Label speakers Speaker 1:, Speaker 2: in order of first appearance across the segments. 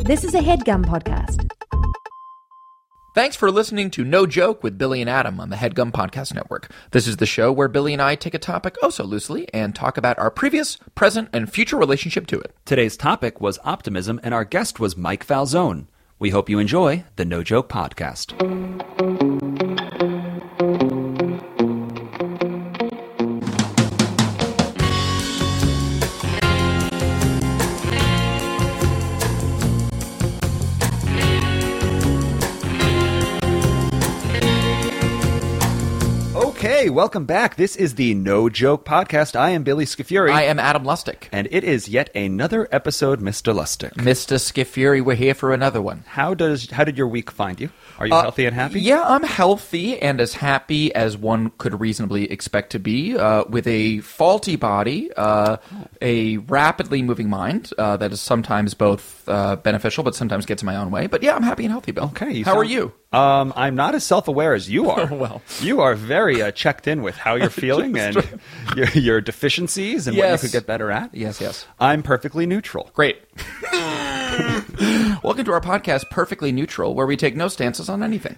Speaker 1: This is a headgum podcast.
Speaker 2: Thanks for listening to No Joke with Billy and Adam on the Headgum Podcast Network. This is the show where Billy and I take a topic oh so loosely and talk about our previous, present, and future relationship to it.
Speaker 3: Today's topic was optimism, and our guest was Mike Falzone. We hope you enjoy the No Joke Podcast. Okay, welcome back. This is the No Joke Podcast. I am Billy Scafuri,
Speaker 2: I am Adam Lustig.
Speaker 3: and it is yet another episode, Mr. Lustig.
Speaker 2: Mr. Skifuri, we're here for another one.
Speaker 3: How does how did your week find you? Are you
Speaker 2: Uh,
Speaker 3: healthy and happy?
Speaker 2: Yeah, I'm healthy and as happy as one could reasonably expect to be uh, with a faulty body, uh, a rapidly moving mind uh, that is sometimes both uh, beneficial but sometimes gets in my own way. But yeah, I'm happy and healthy, Bill.
Speaker 3: Okay.
Speaker 2: How
Speaker 3: sound-
Speaker 2: are you?
Speaker 3: Um, I'm not as self-aware as you are.
Speaker 2: Well.
Speaker 3: you are very uh, checked in with how you're feeling and your, your deficiencies and what you
Speaker 2: Yes.
Speaker 3: could get better at.
Speaker 2: Yes, yes.
Speaker 3: I'm perfectly neutral.
Speaker 2: Great. Welcome to our podcast, Perfectly Neutral, where we take no stances on anything.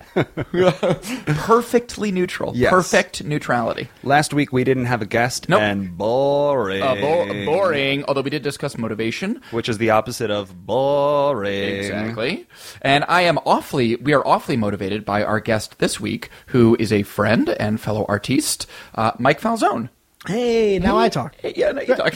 Speaker 2: Perfectly neutral.
Speaker 3: Yes.
Speaker 2: Perfect neutrality.
Speaker 3: Last week we didn't have a guest,
Speaker 2: Nope.
Speaker 3: and boring,
Speaker 2: Uh, bo- boring, although we did discuss motivation.
Speaker 3: which is the opposite of boring.
Speaker 2: Exactly. And I am awfully, we are awfully motivated by our guest this week, who is a friend and fellow artiste, uh, Mike Falzone.
Speaker 4: Hey, now I talk.
Speaker 2: Hey, Yeah, no, you talk.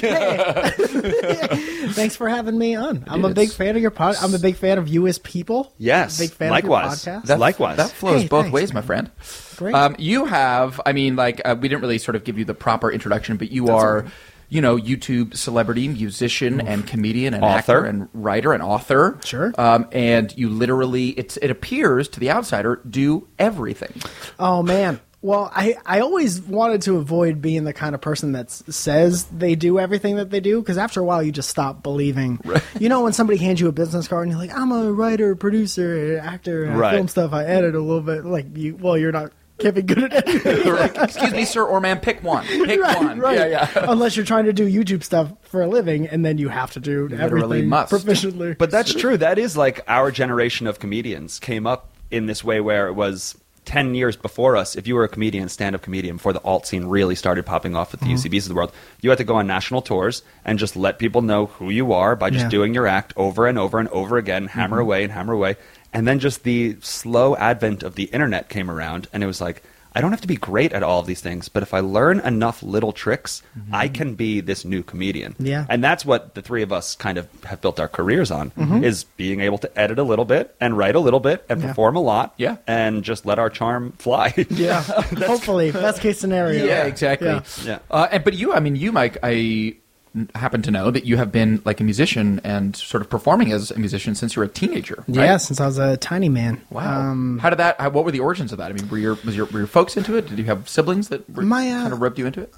Speaker 4: Thanks for having me on. I'm a big fan of your pod. I'm a big fan of you as people.
Speaker 3: Yes,
Speaker 4: big fan
Speaker 3: likewise.
Speaker 4: of your podcast.
Speaker 3: That's- Likewise.
Speaker 2: That flows
Speaker 4: Hey,
Speaker 2: both
Speaker 4: thanks,
Speaker 2: ways, my
Speaker 4: man.
Speaker 2: friend.
Speaker 4: Great.
Speaker 2: Um, you have, I mean, like, uh, we didn't really sort of give you the proper introduction, but you are, you know, YouTube celebrity, musician, and comedian, and
Speaker 3: Author.
Speaker 2: actor, and writer, and author.
Speaker 4: Sure.
Speaker 2: Um, and you literally, it's, it appears to the outsider, do everything.
Speaker 4: oh man. Well, I, I always wanted to avoid being the kind of person that s- says they do everything that they do because after a while you just stop believing. You know when somebody hands you a business card and you're like, I'm a writer, producer, actor, and
Speaker 3: Right.
Speaker 4: I film stuff, I edit a little bit. Like you, well, you're not can't be good at anything.
Speaker 2: Like, excuse me, sir or ma'am, pick one. Pick
Speaker 4: right,
Speaker 2: one.
Speaker 4: right.
Speaker 2: Yeah, yeah.
Speaker 4: Unless you're trying to do YouTube stuff for a living, and then you have to do everything
Speaker 2: must.
Speaker 4: proficiently.
Speaker 3: But that's true. That is like our generation of comedians came up in this way where it was 10 years before us. If you were a comedian, stand up comedian, before the alt scene really started popping off with
Speaker 4: Mm-hmm.
Speaker 3: the UCBs of the world, you had to go on national tours and just let people know who you are by just
Speaker 4: Yeah. Mm-hmm.
Speaker 3: doing your act over and over and over again, hammer away and hammer away. And then just the slow advent of the internet came around, and it was like, I don't have to be great at all of these things, but if I learn enough little tricks, I can be this new comedian.
Speaker 4: Mm-hmm. Yeah.
Speaker 3: And that's what the three of us kind of have built our careers on is being able to edit a little bit and write a little bit and
Speaker 4: Mm-hmm. Yeah.
Speaker 3: perform a lot.
Speaker 2: Yeah.
Speaker 3: And just let our charm fly.
Speaker 4: yeah, hopefully, best case scenario.
Speaker 2: Yeah, exactly.
Speaker 4: Yeah.
Speaker 3: Yeah.
Speaker 2: Uh, and, but you, I mean, you, Mike, I n- happen to know that you have been like a musician and sort of performing as a musician since you were a teenager. right?
Speaker 4: Yeah, since I was a tiny man.
Speaker 2: Wow.
Speaker 4: Um,
Speaker 2: how did that? How, what were the origins of that? I mean, were your was your were your folks into it? Did you have siblings that were,
Speaker 4: My, uh,
Speaker 2: kind of rubbed you into it?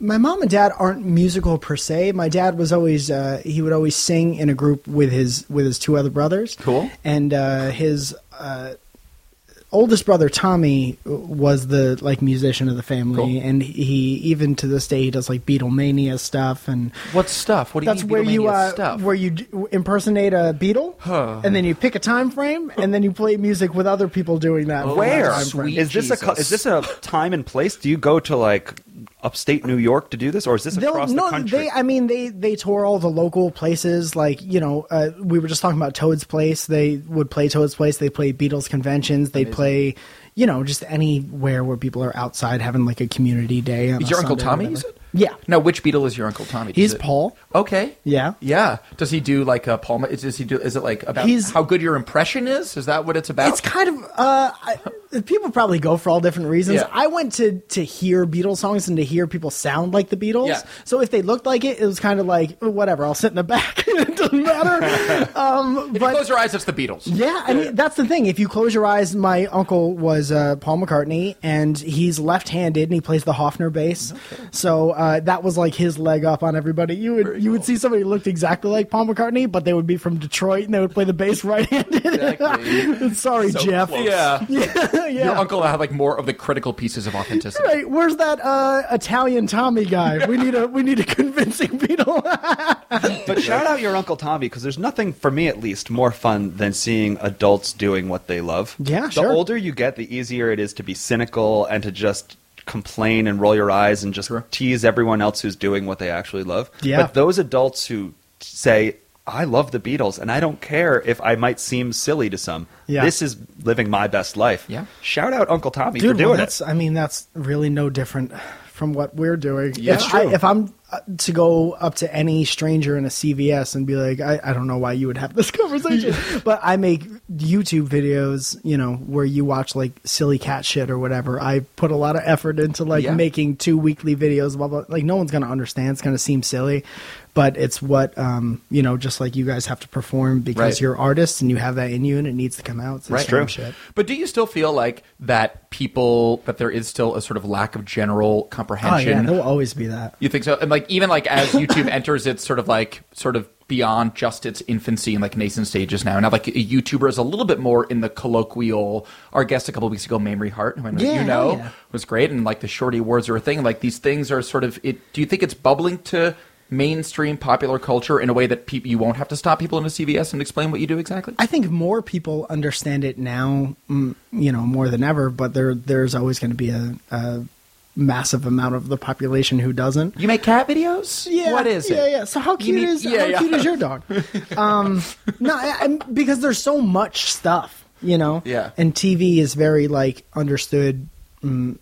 Speaker 4: my mom and dad aren't musical per se. My dad was always uh, he would always sing in a group with his with his two other brothers.
Speaker 2: Cool.
Speaker 4: And uh, his uh, oldest brother Tommy was the like musician of the family,
Speaker 2: Cool.
Speaker 4: and he even to this day he does like Beatlemania stuff and
Speaker 2: What stuff? What do you
Speaker 4: That's
Speaker 2: mean
Speaker 4: where you
Speaker 2: Beatlemania
Speaker 4: uh,
Speaker 2: stuff?
Speaker 4: where you d- impersonate a beetle, and then you pick a time frame, and then you play music with other people doing that.
Speaker 3: Where
Speaker 4: Time
Speaker 3: is
Speaker 4: frame.
Speaker 2: Sweet
Speaker 3: this a
Speaker 2: Jesus.
Speaker 3: is this a time and place? Do you go to like upstate New York to do this, or is this
Speaker 4: They'll,
Speaker 3: across
Speaker 4: no,
Speaker 3: the country?
Speaker 4: they. I mean, they they tour all the local places. Like you know, uh, we were just talking about Toad's Place. They would play Toad's Place. They play Beatles conventions. They play, you know, just anywhere where people are outside having like a community day. on
Speaker 2: is
Speaker 4: a
Speaker 2: your uncle
Speaker 4: Sunday or
Speaker 2: Tommy?
Speaker 4: whatever.
Speaker 2: Is it?
Speaker 4: Yeah.
Speaker 2: Now, which Beatle is your uncle Tommy? Does
Speaker 4: He's
Speaker 2: it-
Speaker 4: Paul.
Speaker 2: Okay.
Speaker 4: Yeah.
Speaker 2: Yeah. Does he do like a Paul? Is, does he do? Is it like about
Speaker 4: He's-
Speaker 2: how good your impression is? Is that what it's about?
Speaker 4: It's kind of uh, I, people probably go for all different reasons.
Speaker 2: Yeah.
Speaker 4: I went to to hear Beatles songs and to hear people sound like the Beatles.
Speaker 2: Yeah.
Speaker 4: So if they looked like it, it was kind of like "Oh, whatever. I'll sit in the back. it doesn't matter. um,
Speaker 2: If you
Speaker 4: but
Speaker 2: close your eyes. It's the Beatles.
Speaker 4: yeah, I mean that's the thing. If you close your eyes, my uncle was uh, Paul McCartney, and he's left-handed, and he plays the Hofner bass. So uh, that was like his leg up on everybody. You would you would see somebody who looked exactly like Paul McCartney, but they would be from Detroit, and they would play the bass right-handed.
Speaker 2: Exactly.
Speaker 4: Sorry,
Speaker 2: So
Speaker 4: Jeff.
Speaker 2: close. Yeah.
Speaker 4: yeah, yeah.
Speaker 2: Your uncle had like more of the critical pieces of authenticity.
Speaker 4: Right, where's that uh, Italian Tommy guy? We need a we need a convincing beetle.
Speaker 3: But shout out your Uncle Tommy because there's nothing, for me at least, more fun than seeing adults doing what they love.
Speaker 4: Yeah,
Speaker 3: the
Speaker 4: sure.
Speaker 3: older you get, the easier it is to be cynical and to just complain and roll your eyes and just
Speaker 2: Sure.
Speaker 3: tease everyone else who's doing what they actually love.
Speaker 4: Yeah.
Speaker 3: But those adults who say, I love the Beatles and I don't care if I might seem silly to some.
Speaker 4: Yeah.
Speaker 3: This is living my best life.
Speaker 2: Yeah.
Speaker 3: Shout out Uncle Tommy for
Speaker 4: Dude,
Speaker 3: doing
Speaker 4: well,
Speaker 3: it.
Speaker 4: that's, I mean, that's really no different from what we're doing.
Speaker 2: Yeah.
Speaker 4: if,
Speaker 2: It's
Speaker 4: I,
Speaker 2: true.
Speaker 4: if I'm uh, to go up to any stranger in a CVS and be like, I, I don't know why you would have this conversation, but I make YouTube videos, you know, where you watch like silly cat shit or whatever. I put a lot of effort into like
Speaker 2: Yeah.
Speaker 4: making two weekly videos, blah, blah. Like, no one's going to understand. It's going to seem silly, but it's what, um, you know, just like you guys have to perform because
Speaker 2: Right.
Speaker 4: you're artists and you have that in you and it needs to come out. It's the
Speaker 2: Right.
Speaker 4: same
Speaker 2: True.
Speaker 4: shit.
Speaker 2: But do you still feel like that people that there is still a sort of lack of general
Speaker 4: Oh, yeah,
Speaker 2: comprehension?
Speaker 4: there will always be that.
Speaker 2: you think so? And like even like as YouTube enters its sort of like sort of beyond just its infancy and like nascent stages now. Now like a YouTuber is a little bit more in the colloquial. Our guest a couple weeks ago, Mamrie Hart, who I know
Speaker 4: Yeah,
Speaker 2: you know,
Speaker 4: hell yeah.
Speaker 2: was great, and like the Shorty Awards are a thing. Like these things are sort of. It, do you think it's bubbling to? mainstream popular culture in a way that people you won't have to stop people in a CVS and explain what you do exactly.
Speaker 4: I think more people understand it now, mm, you know, more than ever. But there, there's always going to be a, a massive amount of the population who doesn't.
Speaker 2: You make cat videos? What is
Speaker 4: yeah,
Speaker 2: it?
Speaker 4: Yeah, So how
Speaker 2: You
Speaker 4: cute
Speaker 2: mean-
Speaker 4: is
Speaker 2: yeah,
Speaker 4: how
Speaker 2: yeah.
Speaker 4: cute is your dog? Um, no, I, I'm, because there's so much stuff, you know.
Speaker 2: Yeah.
Speaker 4: And TV is very like understood. Mm,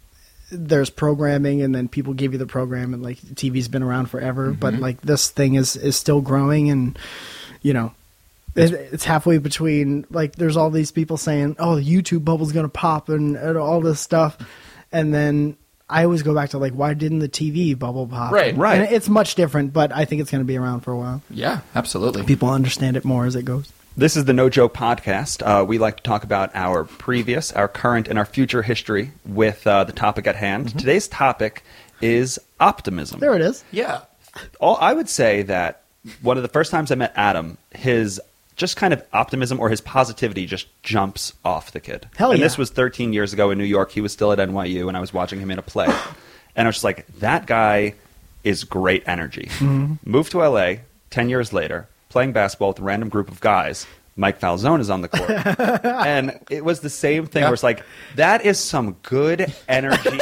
Speaker 4: there's programming, and then people give you the program, and like TV's been around forever, but like this thing is is still growing, and you know. It, it's halfway between like there's all these people saying oh the youtube bubble's gonna pop and, and all this stuff and then i always go back to like why didn't the tv bubble pop
Speaker 2: Right,
Speaker 3: right.
Speaker 4: And it's much different, but I think it's going to be around for a while.
Speaker 2: Yeah, absolutely.
Speaker 4: People understand it more as it goes.
Speaker 3: This is the No Joke Podcast. Uh, we like to talk about our previous, our current, and our future history with uh, the topic at hand. Today's topic is optimism.
Speaker 4: There it is.
Speaker 2: yeah.
Speaker 3: All, I would say that one of the first times I met Adam, his just kind of optimism or his positivity just jumps off the kid.
Speaker 4: Hell
Speaker 3: and
Speaker 4: yeah.
Speaker 3: this was 13 years ago in New York. He was still at NYU, and I was watching him in a play. and I was just like, that guy is great energy.
Speaker 2: Mm-hmm.
Speaker 3: Moved to LA 10 years later, playing basketball with a random group of guys. Mike Falzone is on the court. and it was the same thing
Speaker 2: Yeah.
Speaker 3: where it's like, that is some good energy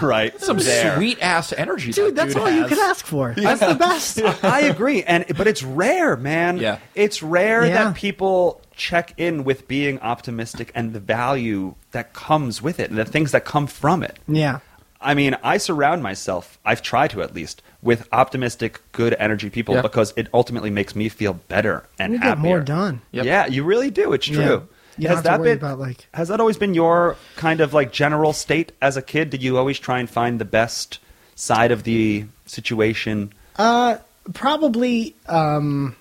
Speaker 3: right
Speaker 2: Some
Speaker 3: there.
Speaker 2: sweet ass energy.
Speaker 4: Dude,
Speaker 2: that
Speaker 4: that's
Speaker 2: dude
Speaker 4: all you
Speaker 2: has.
Speaker 4: could ask for. That's the best.
Speaker 3: I agree, and but it's rare, man.
Speaker 2: Yeah.
Speaker 3: it's rare
Speaker 4: Yeah.
Speaker 3: that people check in with being optimistic and the value that comes with it and the things that come from it.
Speaker 4: Yeah.
Speaker 3: I mean, I surround myself. I've tried to at least with optimistic, good energy people
Speaker 2: Yeah.
Speaker 3: because it ultimately makes me feel better and
Speaker 4: You get
Speaker 3: happier.
Speaker 4: more done.
Speaker 2: Yep.
Speaker 3: Yeah, you really do. It's
Speaker 4: Yeah.
Speaker 3: true.
Speaker 4: You don't have to worry about, like-
Speaker 3: has that always been your kind of like general state as a kid? Did you always try and find the best side of the situation?
Speaker 4: Probably um,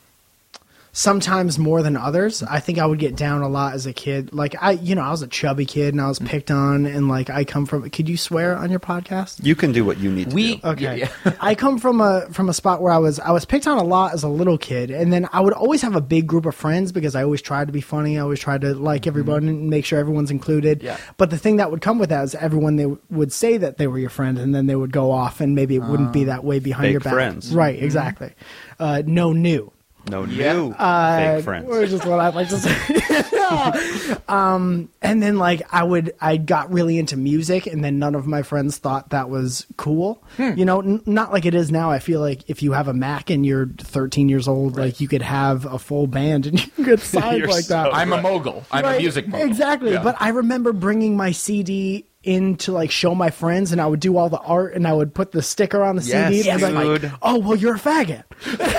Speaker 4: sometimes more than others. I think I would get down a lot as a kid. Like, I, you know, I was a chubby kid and I was picked on, and like, I come from. Could you swear on your podcast?
Speaker 3: You can do what you need to
Speaker 2: We-
Speaker 3: do.
Speaker 4: Okay.
Speaker 2: Yeah,
Speaker 4: I come from a from a spot where I was I was picked on a lot as a little kid, and then I would always have a big group of friends because I always tried to be funny. I always tried to like everyone and make sure everyone's included.
Speaker 2: Mm-hmm. Yeah.
Speaker 4: But the thing that would come with that is everyone they w- would say that they were your friend, and then they would go off, and maybe it wouldn't
Speaker 2: Ah.
Speaker 4: be that way behind
Speaker 3: fake
Speaker 4: your back.
Speaker 3: friends.
Speaker 4: Right.
Speaker 2: Mm-hmm.
Speaker 4: Exactly. Uh, no new.
Speaker 3: No
Speaker 2: Yeah.
Speaker 3: new
Speaker 4: Uh,
Speaker 3: fake friends.
Speaker 4: Which is what I'd like to say. um, and then like I would, I got really into music, and then none of my friends thought that was cool.
Speaker 3: Hmm.
Speaker 4: You know, n- not like it is now. I feel like if you have a Mac and you're 13 years old, like you could have a full band and you could sign
Speaker 3: You're
Speaker 4: like
Speaker 3: so
Speaker 4: that.
Speaker 2: I'm a mogul. I'm a
Speaker 4: Right,
Speaker 2: music mogul.
Speaker 4: Exactly.
Speaker 2: Yeah.
Speaker 4: But I remember bringing my CD in to like show my friends, and I would do all the art, and I would put the sticker on the
Speaker 3: Yes,
Speaker 4: CD, and I'd be like,
Speaker 3: dude.
Speaker 4: "Oh, well, you're a faggot."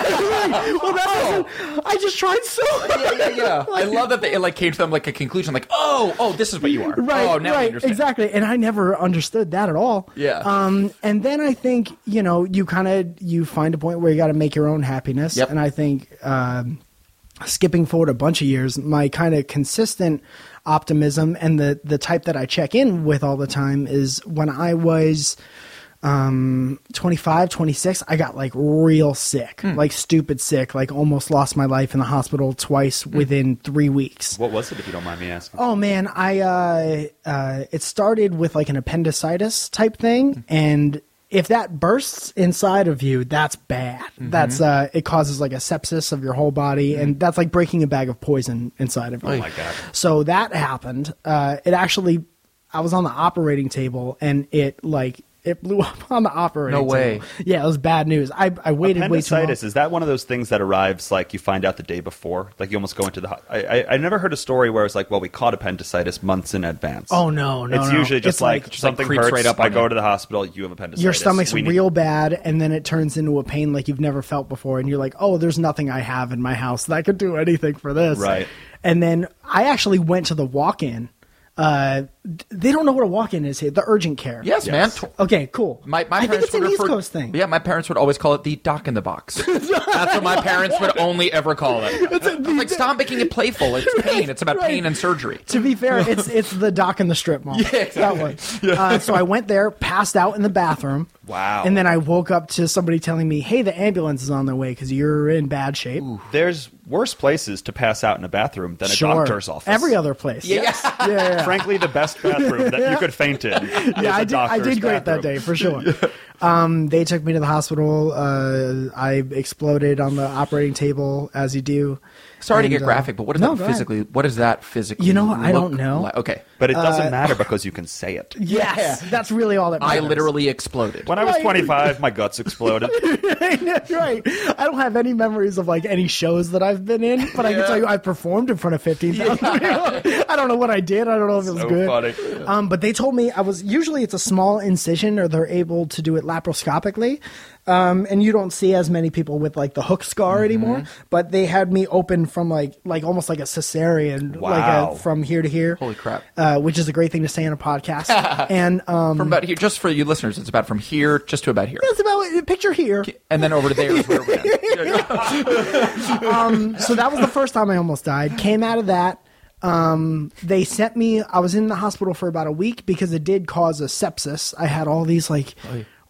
Speaker 4: Like, well, that wasn't- I just tried so.
Speaker 2: Oh. yeah, yeah, yeah. I love that they, it like came to them like a conclusion, like, oh, oh, this is what you are.
Speaker 4: Right,
Speaker 2: oh, now I
Speaker 4: right,
Speaker 2: understand.
Speaker 4: exactly. And I never understood that at all.
Speaker 2: Yeah.
Speaker 4: Um, and then I think you know you kind of you find a point where you got to make your own happiness.
Speaker 2: Yep.
Speaker 4: And I think um, skipping forward a bunch of years, my kind of consistent optimism and the the type that I check in with all the time is when I was. Um, 25, 26, I got like real sick,
Speaker 2: Hmm.
Speaker 4: like stupid sick, like almost lost my life in the hospital twice
Speaker 2: Hmm.
Speaker 4: within three weeks.
Speaker 3: what was it, if you don't mind me asking?
Speaker 4: Oh man, I uh, uh, it started with like an appendicitis type thing, and if that bursts inside of you, that's bad. That's uh, it causes like a sepsis of your whole body, and that's like breaking a bag of poison inside of you. Oh
Speaker 3: my God.
Speaker 4: So that happened. Uh, it actually, I was on the operating table, and it like it blew up on the operating.
Speaker 2: No way.
Speaker 4: table. Yeah, it was bad news. I I waited way too long.
Speaker 3: Appendicitis is that one of those things that arrives like you find out the day before, like you almost go into the. ho- I I, I never heard a story where it's like, well, we caught appendicitis months in advance.
Speaker 4: Oh, no, no,
Speaker 3: It's
Speaker 4: no.
Speaker 3: usually just
Speaker 4: It's
Speaker 3: like,
Speaker 4: like-
Speaker 2: Just, like,
Speaker 3: something
Speaker 2: creeps
Speaker 3: hurts.
Speaker 2: right up
Speaker 3: I
Speaker 2: on
Speaker 3: go
Speaker 2: you.
Speaker 3: to the hospital. You have appendicitis.
Speaker 4: your stomach's
Speaker 3: We need-
Speaker 4: real bad and then it turns into a pain like you've never felt before and you're like oh there's nothing i have in my house that could do anything for this
Speaker 3: Right.
Speaker 4: and then i actually went to the walk-in uh th- they don't know what a walk-in is here the urgent care
Speaker 2: Yes,
Speaker 3: Yes.
Speaker 2: man. Tw-
Speaker 4: okay cool
Speaker 2: My, my
Speaker 4: i think
Speaker 2: parents
Speaker 4: it's an
Speaker 2: would
Speaker 4: east
Speaker 2: refer-
Speaker 4: coast thing
Speaker 2: Yeah, my parents would always call it the dock in the box. That's what my parents would only ever call it. I was like, stop making it playful. It's pain. It's about
Speaker 4: right.
Speaker 2: pain and surgery.
Speaker 4: to be fair, it's it's the dock and the strip mall. Yeah, That one. Uh, so I went there, passed out in the bathroom.
Speaker 3: Wow.
Speaker 4: And then I woke up to somebody telling me, "Hey, the ambulance is on their way because you're in bad shape."
Speaker 3: There's worse places to pass out in a bathroom than a
Speaker 4: sure.
Speaker 3: doctor's office.
Speaker 4: Every other place.
Speaker 2: Yes.
Speaker 4: Yeah, yeah, yeah.
Speaker 3: Frankly, the best bathroom that you could faint in. is
Speaker 4: yeah,
Speaker 3: a
Speaker 4: I did, I
Speaker 3: doctor's
Speaker 4: did great that
Speaker 3: bathroom.
Speaker 4: day for sure. um, they took me to the hospital. Uh, I exploded on the operating table, as you do.
Speaker 2: Sorry to
Speaker 4: And,
Speaker 2: get
Speaker 4: uh,
Speaker 2: graphic, but what is
Speaker 4: no, go
Speaker 2: that
Speaker 4: ahead.
Speaker 2: physically? What does that physically?
Speaker 4: You know what? I
Speaker 2: look
Speaker 4: don't know.
Speaker 2: like? Okay,
Speaker 3: But it
Speaker 4: Uh,
Speaker 3: doesn't matter because you can say it.
Speaker 4: Yes, that's really all that
Speaker 2: I
Speaker 4: matters.
Speaker 2: literally exploded.
Speaker 3: When I was
Speaker 4: Right.
Speaker 3: 25, my guts exploded.
Speaker 4: right. I don't have any memories of like any shows that I've been in, but I can
Speaker 2: Yeah.
Speaker 4: tell you I performed in front of fifteen thousand people. I don't know what I did. I don't know if it was
Speaker 3: So
Speaker 4: good.
Speaker 3: funny.
Speaker 4: Um, but they told me I was usually it's a small incision or they're able to do it laparoscopically. Um, and you don't see as many people with like the hook scar
Speaker 2: Mm-hmm.
Speaker 4: anymore, but they had me open from like like almost like a cesarean,
Speaker 3: Wow.
Speaker 4: like a, from here to here.
Speaker 2: Holy crap.
Speaker 4: Uh, which is a great thing to say in a podcast. and um,
Speaker 2: From about here, just for you listeners, it's about from here just to about here,
Speaker 4: that's about picture here.
Speaker 2: and then over to there is where we're at.
Speaker 4: Um, so that was the first time I almost died. Came out of that. Um, they sent me. I was in the hospital for about a week because it did cause a sepsis. I had all these like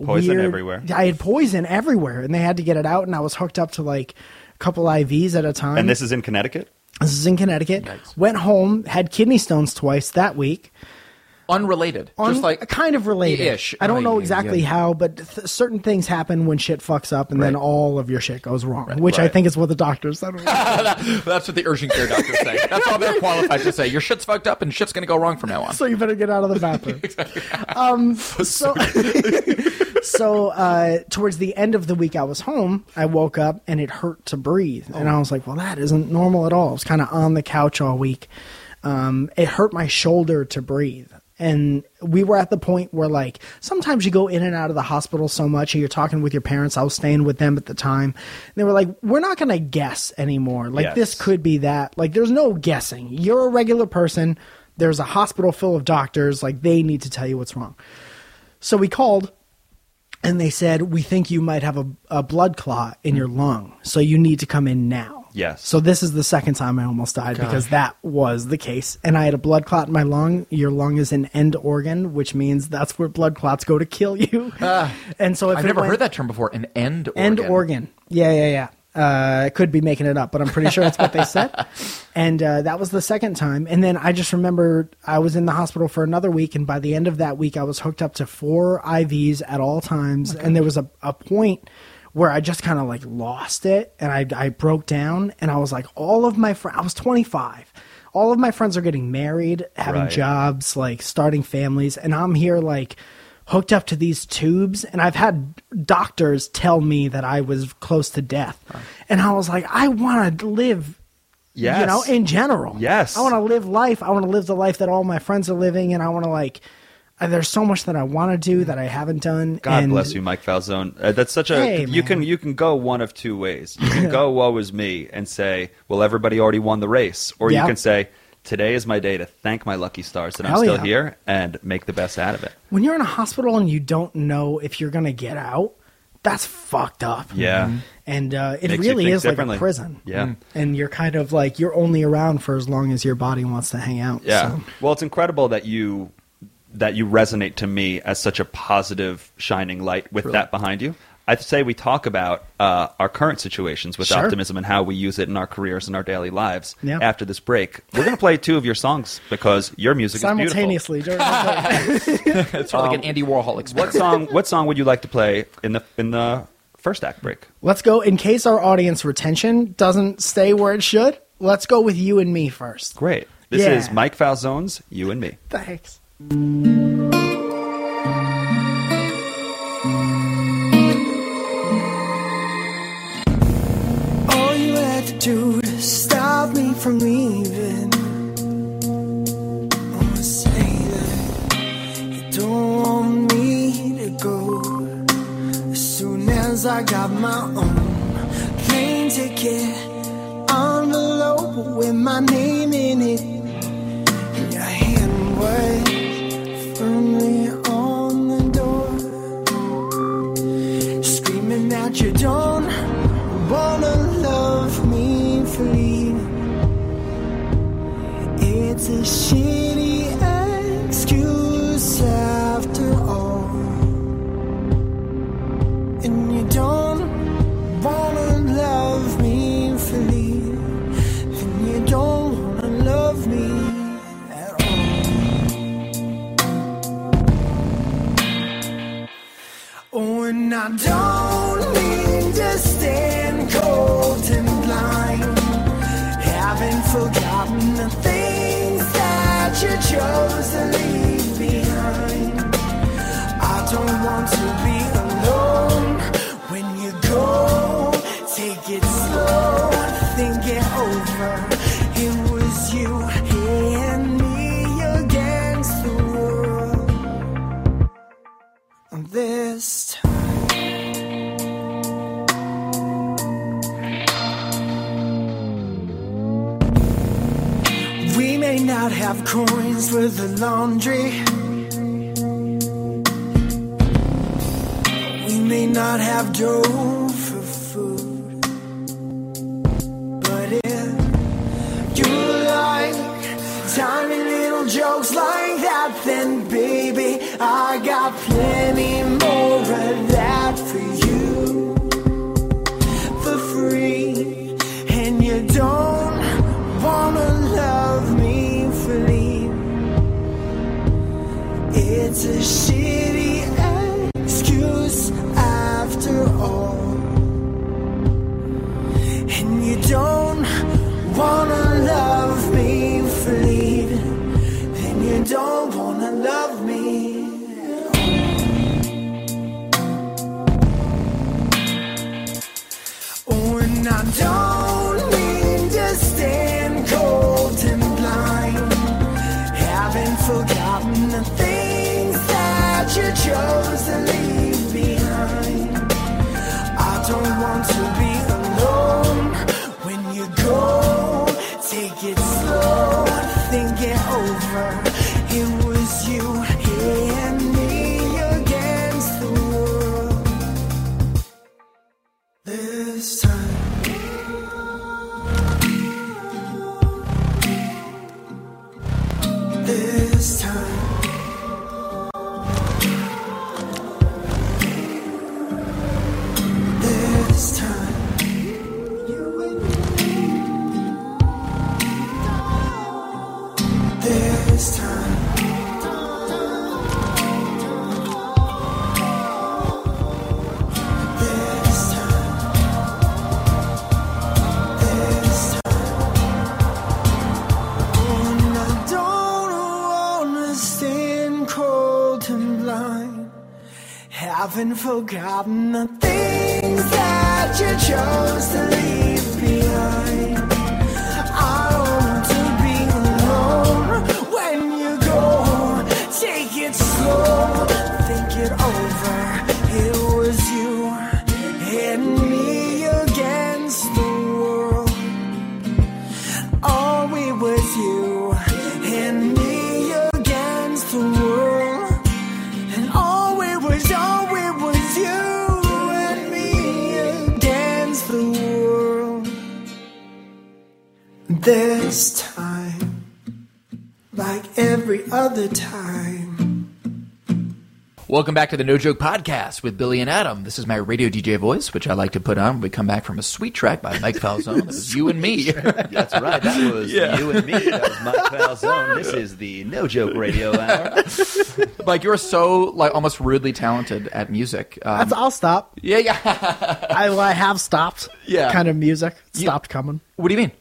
Speaker 3: Oh, Poison
Speaker 4: weird-
Speaker 3: everywhere.
Speaker 4: I had poison everywhere, and they had to get it out. And I was hooked up to like a couple IVs at a time.
Speaker 3: and this is in Connecticut?
Speaker 4: This is in Connecticut. Went home, had kidney stones twice that week.
Speaker 2: Unrelated,
Speaker 4: On,
Speaker 2: just like
Speaker 4: kind of related.
Speaker 2: Ish.
Speaker 4: I don't
Speaker 2: Oh,
Speaker 4: know
Speaker 2: yeah,
Speaker 4: exactly
Speaker 2: yeah.
Speaker 4: how, but th- certain things happen when shit fucks up, and then
Speaker 2: Right.
Speaker 4: all of your shit goes wrong, which I
Speaker 3: Right.
Speaker 4: think is what the doctors said.
Speaker 2: That's what the urgent care doctors say. That's all they're qualified to say. Your shit's fucked up and shit's going to go wrong from now on.
Speaker 4: so you better get out of the bathroom. Um, so, so uh, towards the end of the week, I was home. I woke up and it hurt to breathe, and I was like, "Well, that isn't normal at all." I was kind of on the couch all week. Um, it hurt my shoulder to breathe. And we were at the point where, like, sometimes you go in and out of the hospital so much, and you're talking with your parents. I was staying with them at the time. And they were like, We're not going to guess anymore. Like,
Speaker 3: Yes.
Speaker 4: this could could be that. Like, there's no guessing. You're a regular person. There's a hospital full of doctors. Like, they need to tell you what's wrong. So we called and they said, We think you might have a, a blood clot in your lung. So you need to come in now.
Speaker 3: Yes.
Speaker 4: So this is the second time I almost died because that was the case. And I had a blood clot in my lung. Your lung is an end organ, which means that's where blood clots go to kill you. and so if
Speaker 2: I've Ah.
Speaker 4: it
Speaker 2: never
Speaker 4: went-
Speaker 2: heard that term before. An end organ.
Speaker 4: and Oregon. Yeah, yeah, yeah. Uh, I could be making it up, but I'm pretty sure that's what they said. And uh, that was the second time. And then I just remember I was in the hospital for another week, and by the end of that week, I was hooked up to four IVs at all times. And there was a, a point where I just kind of like lost it, and I, I broke down, and I was like, all of my friends, I was 25. All of my friends are getting married, having
Speaker 3: Right.
Speaker 4: jobs, like starting families, and I'm here like hooked up to these tubes and I've had doctors tell me that I was close to death. And I was like, I want to live you
Speaker 3: Yes.
Speaker 4: know, in general.
Speaker 3: Yes.
Speaker 4: I want to live life. I want to live the life that all my friends are living and I want to like uh, there's so much that I want to do that I haven't done.
Speaker 3: Mm. God
Speaker 4: and
Speaker 3: bless you, Mike Falzone. Uh, that's such a
Speaker 4: Hey,
Speaker 3: you
Speaker 4: man.
Speaker 3: can you can go one of two ways. You can go woe is me and say, well, everybody already won the race, or
Speaker 4: Yeah.
Speaker 3: you can say, today is my day to thank my lucky stars that I'm
Speaker 4: Hell
Speaker 3: still
Speaker 4: yeah.
Speaker 3: here and make the best out of it.
Speaker 4: When you're in a hospital and you don't know if you're going to get out, that's fucked up.
Speaker 3: Yeah.
Speaker 4: And uh, it
Speaker 3: Makes you
Speaker 4: really
Speaker 3: think
Speaker 4: is like a
Speaker 3: differently.
Speaker 4: prison.
Speaker 3: Yeah. Mm.
Speaker 4: And you're kind of like, you're only around for as long as your body wants to hang out.
Speaker 3: Yeah.
Speaker 4: So.
Speaker 3: Well, it's incredible that you that you resonate to me as such a positive shining light with that behind you. I say we talk about uh, our current situations with
Speaker 4: Sure.
Speaker 3: optimism and how we use it in our careers and our daily lives.
Speaker 4: Yeah.
Speaker 3: After this break, we're going to play two of your songs because your music is
Speaker 4: Simultaneously. during the play.
Speaker 2: It's sort of like an Andy Warhol
Speaker 3: beautiful. What
Speaker 2: experience.
Speaker 3: song? What song would you like to play in the in the first act break?
Speaker 4: let's go, in case our audience retention doesn't stay where it should, let's go with you and me first.
Speaker 3: Great. This
Speaker 4: Yeah.
Speaker 3: is Mike Falzone's "You and Me."
Speaker 4: Thanks.
Speaker 5: All your attitude stopped me from leaving. Oh, I wanna say that you don't want me to go. As soon as I got my own plane ticket, envelope with my name in it, and your hand was firmly on the door screaming that you don't wanna love me free. It's a shitty excuse after all, and you don't wanna love me free, and you don't wanna love me at all. Oh, and I don't mean to stand cold and blind. Haven't forgotten the things that you chose to leave behind. I don't want to be alone when you go. Take it slow, think it over. It was you and me against the world this time. We may not have coins for the laundry. We may not have dough for food. But if you like tiny little jokes like that, then baby, I got plenty more of that for you for free. And you don't wanna love me fully. It's a shitty excuse after all. And you don't wanna love me for leaving. And you don't wanna love me. at all. Oh, and I don't mean to stand cold and blind. Haven't forgotten the things that you chose to leave behind. I don't want to be alone when you go. Take it slow, think it over. It was you and me against the world. This time. This time. This time, this time, this time, this time. And I don't wanna stand cold and blind. Haven't forgotten the things that you chose to leave behind. I don't want to be alone when you go. Take it slow, think it over. It was you and me against the world. All we was you and me against the world. And all we was, all we was you and me against the world. This time, like every other time.
Speaker 2: Welcome back to the No Joke Podcast with Billy and Adam. This is my radio DJ voice, which I like to put on when we come back from a sweet track by Mike Falzone. That was you and me.
Speaker 6: That's right. That was you and me. That was Mike Falzone. This is the No Joke Radio Hour.
Speaker 2: Mike, you're so like almost rudely talented at music. Um,
Speaker 4: That's, I'll stop.
Speaker 2: yeah, yeah.
Speaker 4: I, well, I have stopped.
Speaker 2: Yeah.
Speaker 4: Kind of music stopped coming.
Speaker 2: What do you mean?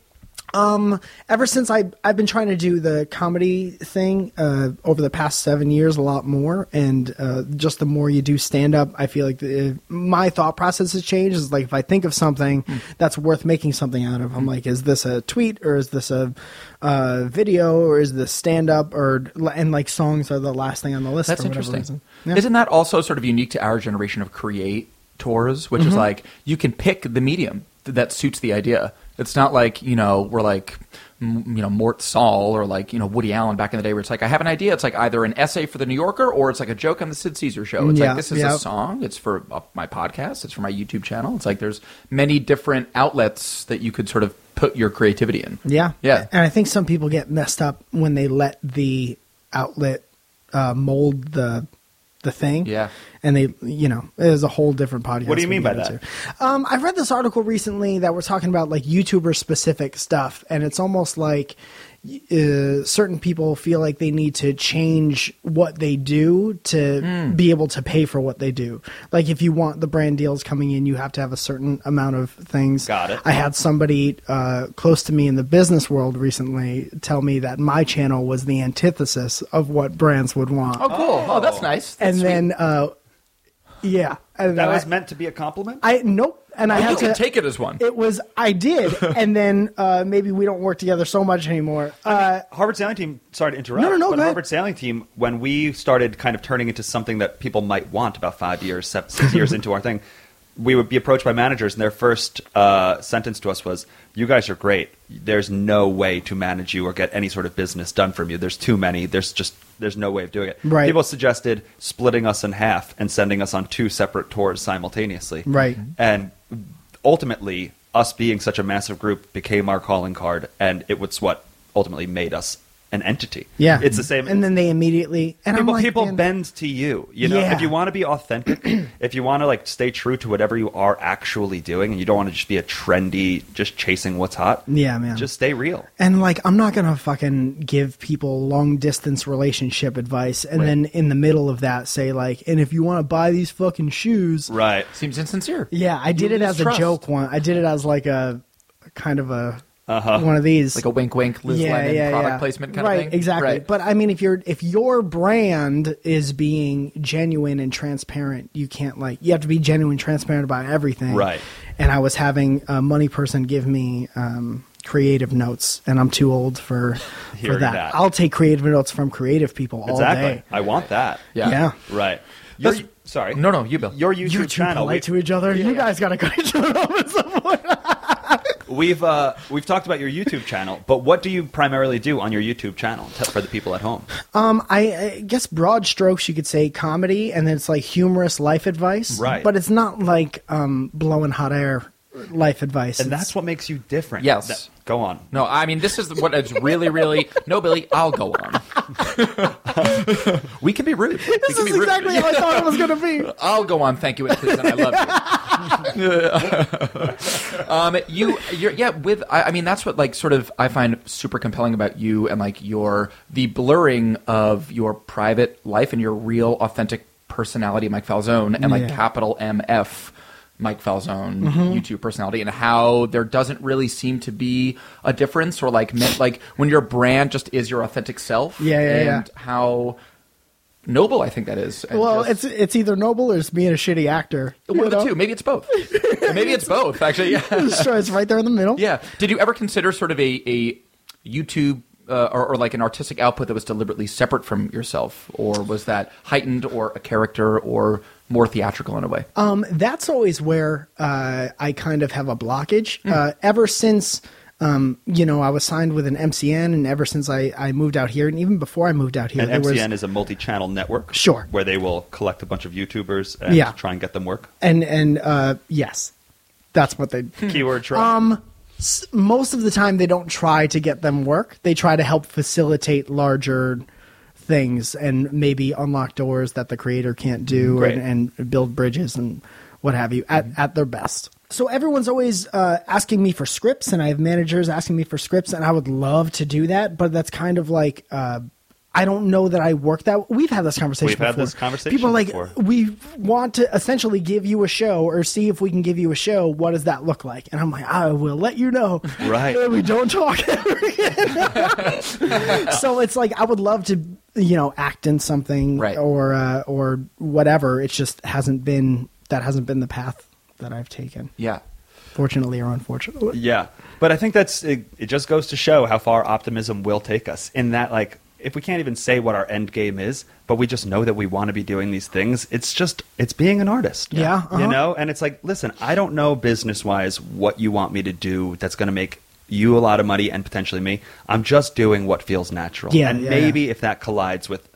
Speaker 4: Ever since I I've been trying to do the comedy thing uh, over the past seven years a lot more, and uh, just the more you do stand up, I feel like the, my thought process has changed. Is like if I think of something
Speaker 2: Hmm.
Speaker 4: that's worth making something out of, I'm like, is this a tweet or is this a uh, video or is this stand up or and like songs are the last thing on the list.
Speaker 2: That's
Speaker 4: for whatever
Speaker 2: interesting.
Speaker 4: reason. Yeah.
Speaker 2: Isn't that also sort of unique to our generation of creators, which is like you can pick the medium th- that suits the idea. It's not like you know we're like m- you know Mort Saul or like you know Woody Allen back in the day, where it's like I have an idea. It's like either an essay for the New Yorker or it's like a joke on the Sid Caesar show. It's
Speaker 4: Yeah,
Speaker 2: like this is
Speaker 4: yeah.
Speaker 2: a song. It's for uh, my podcast. It's for my YouTube channel. It's like there's many different outlets that you could sort of put your creativity in.
Speaker 4: Yeah.
Speaker 2: yeah.
Speaker 4: And I think some people get messed up when they let the outlet uh, mold the the thing.
Speaker 2: Yeah.
Speaker 4: And they, you know, there's a whole different podcast.
Speaker 6: What do you
Speaker 4: we
Speaker 6: mean
Speaker 4: can
Speaker 6: by that?
Speaker 4: get into. Um, I read this article recently that we're talking about like YouTuber specific stuff, and it's almost like y- uh, certain people feel like they need to change what they do to
Speaker 2: Hmm.
Speaker 4: be able to pay for what they do. Like if you want the brand deals coming in, you have to have a certain amount of things.
Speaker 6: Got it.
Speaker 4: I had somebody uh, close to me in the business world recently tell me that my channel was the antithesis of what brands would want.
Speaker 2: Oh, cool. Oh, that's nice.
Speaker 4: and
Speaker 2: That's sweet.
Speaker 4: then, uh, yeah, and
Speaker 6: That
Speaker 4: I-
Speaker 6: was meant to be a compliment.
Speaker 4: I nope, and I
Speaker 2: you
Speaker 4: had
Speaker 2: can
Speaker 4: to
Speaker 2: take it as one.
Speaker 4: It was I did, and then uh, maybe we don't work together so much anymore. Uh,
Speaker 6: Harvard Sailing Team, sorry to interrupt.
Speaker 4: No, no, no,
Speaker 6: But
Speaker 4: go ahead.
Speaker 6: Harvard
Speaker 3: sailing team when we started kind of turning into something that people might want about five years se- six years into our thing we would be approached by managers and their first uh, sentence to us was you guys are great there's no way to manage you or get any sort of business done from you there's too many there's just there's no way of doing it
Speaker 4: Right.
Speaker 3: people suggested splitting us in half and sending us on two separate tours simultaneously
Speaker 4: Right.
Speaker 3: and ultimately us being such a massive group became our calling card and it was what ultimately made us an entity
Speaker 4: yeah,
Speaker 3: it's the same
Speaker 4: And then they immediately and
Speaker 3: people
Speaker 4: I'm like,
Speaker 3: people
Speaker 4: man,
Speaker 3: bend to you you know
Speaker 4: Yeah.
Speaker 3: if you want to be authentic if you want to like stay true to whatever you are actually doing and you don't want to just be a trendy just chasing what's hot
Speaker 4: Yeah, man.
Speaker 3: just stay real
Speaker 4: And like, I'm not gonna fucking give people long distance relationship advice, and
Speaker 3: Right.
Speaker 4: then in the middle of that, say like, and if you want to buy these fucking shoes,
Speaker 3: right
Speaker 2: Seems insincere.
Speaker 4: yeah, I did
Speaker 2: You
Speaker 4: it
Speaker 2: lose
Speaker 4: as
Speaker 2: trust.
Speaker 4: a joke. One, I did it as like a kind of a one of these,
Speaker 2: Uh-huh. Like a wink, wink, Liz Lemon product placement kind
Speaker 4: right,
Speaker 2: of thing.
Speaker 4: Exactly.
Speaker 2: Right.
Speaker 4: But I mean, if you're if your brand is being genuine and transparent, you can't like you have to be genuine, and transparent about everything.
Speaker 3: Right.
Speaker 4: And I was having a money person give me um, creative notes, and I'm too old for for
Speaker 3: Hearing
Speaker 4: that.
Speaker 3: that.
Speaker 4: I'll take creative notes from creative people all
Speaker 3: exactly
Speaker 4: day.
Speaker 3: i want that
Speaker 2: Yeah.
Speaker 4: yeah.
Speaker 3: right your,
Speaker 2: That's-
Speaker 3: sorry
Speaker 2: No, no, you, Bill.
Speaker 3: your youtube
Speaker 4: You're too
Speaker 3: channel we-
Speaker 4: polite to each other. you guys got to cut each other off at some point.
Speaker 3: we've uh, we've talked about your youtube channel but what do you primarily do on your youtube channel t- for the people at home
Speaker 4: Um, I, I guess broad strokes, you could say comedy, and then it's like humorous life advice.
Speaker 3: Right.
Speaker 4: But it's not like um, blowing hot air life advice.
Speaker 3: and
Speaker 4: It's-
Speaker 3: that's what makes you different
Speaker 2: Yes.
Speaker 3: That- go on
Speaker 2: No, I mean this is what is really, really. No, Billy, I'll go on. we can be rude. We
Speaker 4: This
Speaker 2: can
Speaker 4: is
Speaker 2: be rude.
Speaker 4: exactly how I thought it was going to be.
Speaker 2: I'll go on. Thank you, and please, and I love you. um, you, you're, yeah. With I, I mean, that's what like sort of I find super compelling about you and like your the blurring of your private life and your real authentic personality, Mike Falzone, and like
Speaker 4: Yeah. Mm-hmm.
Speaker 2: capital MF. Mike Falzone YouTube personality and how there doesn't really seem to be a difference or like meant like when your brand just is your authentic self
Speaker 4: Yeah, yeah,
Speaker 2: and
Speaker 4: yeah.
Speaker 2: how noble I think that is and
Speaker 4: Well,
Speaker 2: just-
Speaker 4: it's it's either noble or it's being a shitty actor.
Speaker 2: one of
Speaker 4: you
Speaker 2: the
Speaker 4: know?
Speaker 2: two. Maybe it's both. Maybe it's both. Actually, yeah.
Speaker 4: Sure, it's right there in the middle.
Speaker 2: yeah. Did you ever consider sort of a a YouTube uh, or, or like an artistic output that was deliberately separate from yourself, or was that heightened, or a character, or more theatrical in a way?
Speaker 4: Um, that's always where uh, I kind of have a blockage.
Speaker 2: Hmm.
Speaker 4: Uh, ever since, um, you know, I was signed with an MCN, and ever since I, I moved out here, and even before I moved out here,
Speaker 3: And
Speaker 4: there was
Speaker 3: MCN is a multi-channel network.
Speaker 4: Sure.
Speaker 3: Where they will collect a bunch of YouTubers and
Speaker 4: Yeah.
Speaker 3: try and get them work.
Speaker 4: and and uh, yes, that's what they.
Speaker 3: Keyword try. Um,
Speaker 4: s- most of the time they don't try to get them work. They try to help facilitate larger things and maybe unlock doors that the creator can't do
Speaker 3: Great.
Speaker 4: and, and build bridges and what have you at, at their best. So everyone's always uh, asking me for scripts, and I have managers asking me for scripts, and I would love to do that, but that's kind of like uh, I don't know that I work that. We've had this conversation.
Speaker 3: We've had
Speaker 4: before.
Speaker 3: this conversation
Speaker 4: People are like
Speaker 3: before.
Speaker 4: we want to essentially give you a show or see if we can give you a show. What does that look like? And I'm like, I will let you know.
Speaker 3: Right.
Speaker 4: And we don't talk ever again. so it's like I would love to, you know, act in something
Speaker 2: Right.
Speaker 4: or uh, or whatever. It just hasn't been that hasn't been the path that I've taken,
Speaker 2: Yeah.
Speaker 4: fortunately or unfortunately.
Speaker 3: Yeah, but I think that's it, it. Just goes to show how far optimism will take us. In that, like, if we can't even say what our end game is, but we just know that we want to be doing these things, it's just it's being an artist.
Speaker 4: Yeah, uh-huh.
Speaker 3: you know. And it's like, listen, I don't know business wise what you want me to do that's going to make you a lot of money and potentially me. I'm just doing what feels natural.
Speaker 4: Yeah,
Speaker 3: and
Speaker 4: yeah,
Speaker 3: maybe
Speaker 4: yeah.
Speaker 3: if that collides with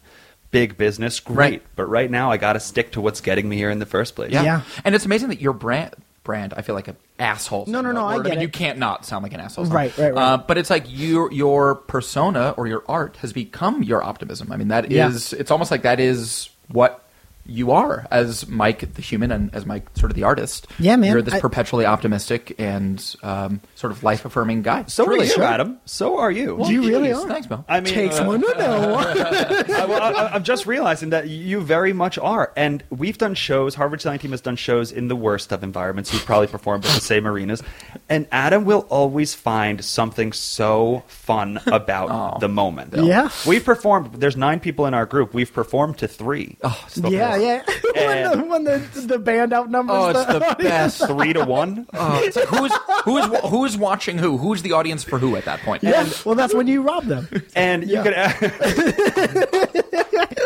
Speaker 3: big business, great.
Speaker 2: Right.
Speaker 3: But right now, I got to stick to what's getting me here in the first place.
Speaker 2: Yeah.
Speaker 4: Yeah.
Speaker 2: And it's amazing that your brand brand I feel like an asshole.
Speaker 4: No, no,
Speaker 2: saying
Speaker 4: no,
Speaker 2: that
Speaker 4: I
Speaker 2: word.
Speaker 4: get
Speaker 2: mean,
Speaker 4: it.
Speaker 2: you can't not sound like an asshole.
Speaker 4: Right, right, right.
Speaker 2: Uh, but it's like your your persona or your art has become your optimism. I mean, that is
Speaker 4: Yeah.
Speaker 2: it's almost like that is what you are as Mike the human and as Mike sort of the artist.
Speaker 4: Yeah, man.
Speaker 2: You're this
Speaker 4: I-
Speaker 2: perpetually optimistic and um, sort of life affirming guy.
Speaker 3: So are
Speaker 2: Truly.
Speaker 3: you, Adam. So are you.
Speaker 4: you really
Speaker 2: Jeez,
Speaker 4: are.
Speaker 2: Thanks, Bill.
Speaker 3: I mean,
Speaker 4: Takes
Speaker 3: uh,
Speaker 4: one to know one.
Speaker 3: I, well, I, I'm just realizing that you very much are. And we've done shows, Harvard Design Team has done shows in the worst of environments. We've probably performed at the same arenas. And Adam will always find something so fun
Speaker 2: Oh.
Speaker 3: about the moment.
Speaker 4: Yeah.
Speaker 3: We've performed, there's nine people in our group. We've performed to three.
Speaker 2: Oh, it's the worst.
Speaker 4: yeah, yeah. when the,
Speaker 3: And-
Speaker 4: when the, the band outnumbers
Speaker 2: Oh, it's
Speaker 4: the,
Speaker 2: the best.
Speaker 3: Three to one.
Speaker 2: Oh, it's like who's who's who's watching who? Who's the audience for who at that point?
Speaker 4: Yeah, well, that's when you rob them.
Speaker 3: And you could.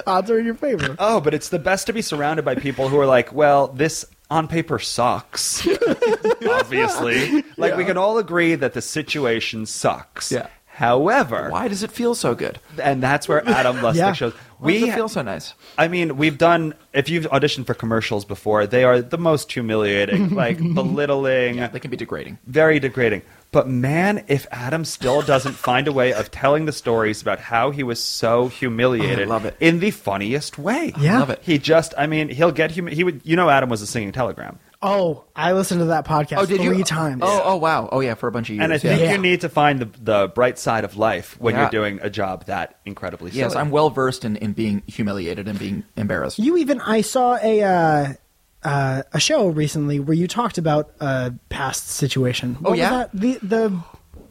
Speaker 4: Odds are in your favor.
Speaker 3: Oh, but it's the best to be surrounded by people who are like, well, this on paper sucks. Obviously. Like, we can all agree that the situation sucks.
Speaker 2: Yeah.
Speaker 3: However,
Speaker 2: Why does it feel so good?
Speaker 3: and that's where Adam Lustig
Speaker 4: Yeah.
Speaker 3: shows.
Speaker 2: Why does
Speaker 3: We
Speaker 2: it feel so nice?
Speaker 3: I mean, we've done. If you've auditioned for commercials before, they are the most humiliating, like belittling,
Speaker 2: They can be degrading.
Speaker 3: very degrading. But man, if Adam still doesn't find a way of telling the stories about how he was so humiliated,
Speaker 2: Oh, love it.
Speaker 3: in the funniest way.
Speaker 4: Yeah.
Speaker 2: Love it.
Speaker 3: He just, I mean, he'll get hum- he would. You know, Adam was a singing telegram,
Speaker 4: Oh, I listened to that podcast
Speaker 2: Oh, did
Speaker 4: three
Speaker 2: you?
Speaker 4: times.
Speaker 2: Oh, oh, wow. Oh, yeah, for a bunch of years.
Speaker 3: and I think
Speaker 2: yeah.
Speaker 4: Yeah.
Speaker 3: you need to find the the bright side of life when
Speaker 2: Yeah.
Speaker 3: you're doing a job that incredibly.
Speaker 2: yes,
Speaker 3: silly.
Speaker 2: I'm well versed in, in being humiliated and being embarrassed.
Speaker 4: You even I saw a uh, uh, a show recently where you talked about a past situation. What was
Speaker 2: Oh, yeah?
Speaker 4: that? the the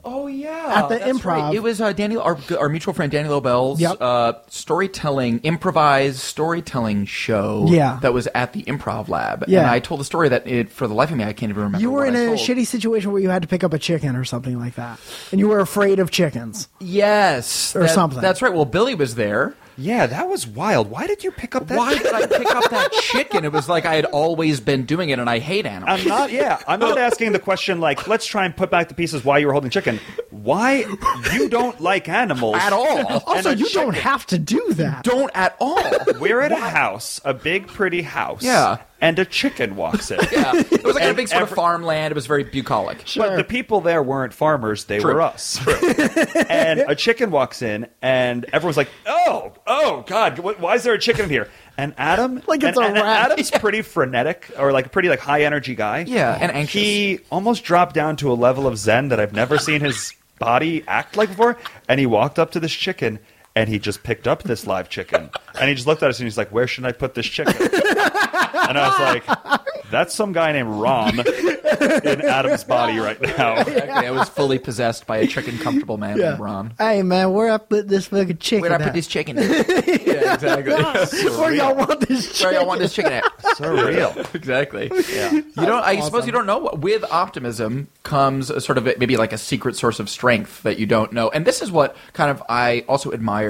Speaker 2: oh yeah,
Speaker 4: At the
Speaker 2: That's
Speaker 4: improv.
Speaker 2: right. It was uh, Daniel, our, our mutual friend Daniel O'Bell's
Speaker 4: Yep.
Speaker 2: uh, storytelling, improvised storytelling show.
Speaker 4: Yeah.
Speaker 2: that was at the Improv Lab. and
Speaker 4: Yeah.
Speaker 2: I told the story that it, for the life of me I can't even remember.
Speaker 4: you were
Speaker 2: what
Speaker 4: in
Speaker 2: I
Speaker 4: a
Speaker 2: told.
Speaker 4: shitty situation where you had to pick up a chicken or something like that, and you were afraid of chickens.
Speaker 2: yes
Speaker 4: or
Speaker 2: that-
Speaker 4: something.
Speaker 2: That's right. Well, Billy was there.
Speaker 3: yeah, that was wild. Why did you pick up that?
Speaker 2: Why did I pick up that chicken? It was like I had always been doing it, and I hate animals.
Speaker 3: I'm not. Yeah, I'm not asking the question like, let's try and put back the pieces why you were holding chicken. Why you don't like animals
Speaker 2: At all.
Speaker 4: Also,
Speaker 3: And a
Speaker 4: you don't have to do that.
Speaker 2: Don't at all.
Speaker 3: We're at a house, a big, pretty house.
Speaker 2: Yeah.
Speaker 3: and a chicken walks in.
Speaker 2: Yeah, it was like a
Speaker 3: And
Speaker 2: big sort
Speaker 3: every-
Speaker 2: of farmland. It was very bucolic.
Speaker 3: But the people there weren't farmers; they
Speaker 2: True.
Speaker 3: were us. and a chicken walks in, and everyone's like, "Oh, oh, God! wh- Why is there a chicken in here?" And Adam,
Speaker 4: Like it's
Speaker 3: and-
Speaker 4: a
Speaker 3: and- and
Speaker 4: rat.
Speaker 3: Adam's pretty frenetic, or like a pretty like high energy guy.
Speaker 2: Yeah, and anxious.
Speaker 3: Oh, He almost dropped down to a level of zen that I've never seen his body act like before. And he walked up to this chicken. And he just picked up this live chicken, and he just looked at us and he's like, "Where should I put this chicken?" And I was like, "That's some guy named Ron in Adam's body right now."
Speaker 2: Exactly. I was fully possessed by a chicken comfortable man
Speaker 4: Yeah.
Speaker 2: named Ron.
Speaker 4: Hey man, where I put this fucking chicken?
Speaker 2: Where'd I
Speaker 4: at?
Speaker 2: put this chicken? yeah, exactly.
Speaker 4: Where y'all want this chicken?
Speaker 2: Where y'all want this chicken at?
Speaker 3: Surreal.
Speaker 2: exactly.
Speaker 3: Yeah.
Speaker 2: You don't. I suppose you don't know. what- With optimism comes a sort of a, maybe like a secret source of strength that you don't know, and this is what kind of I also admire,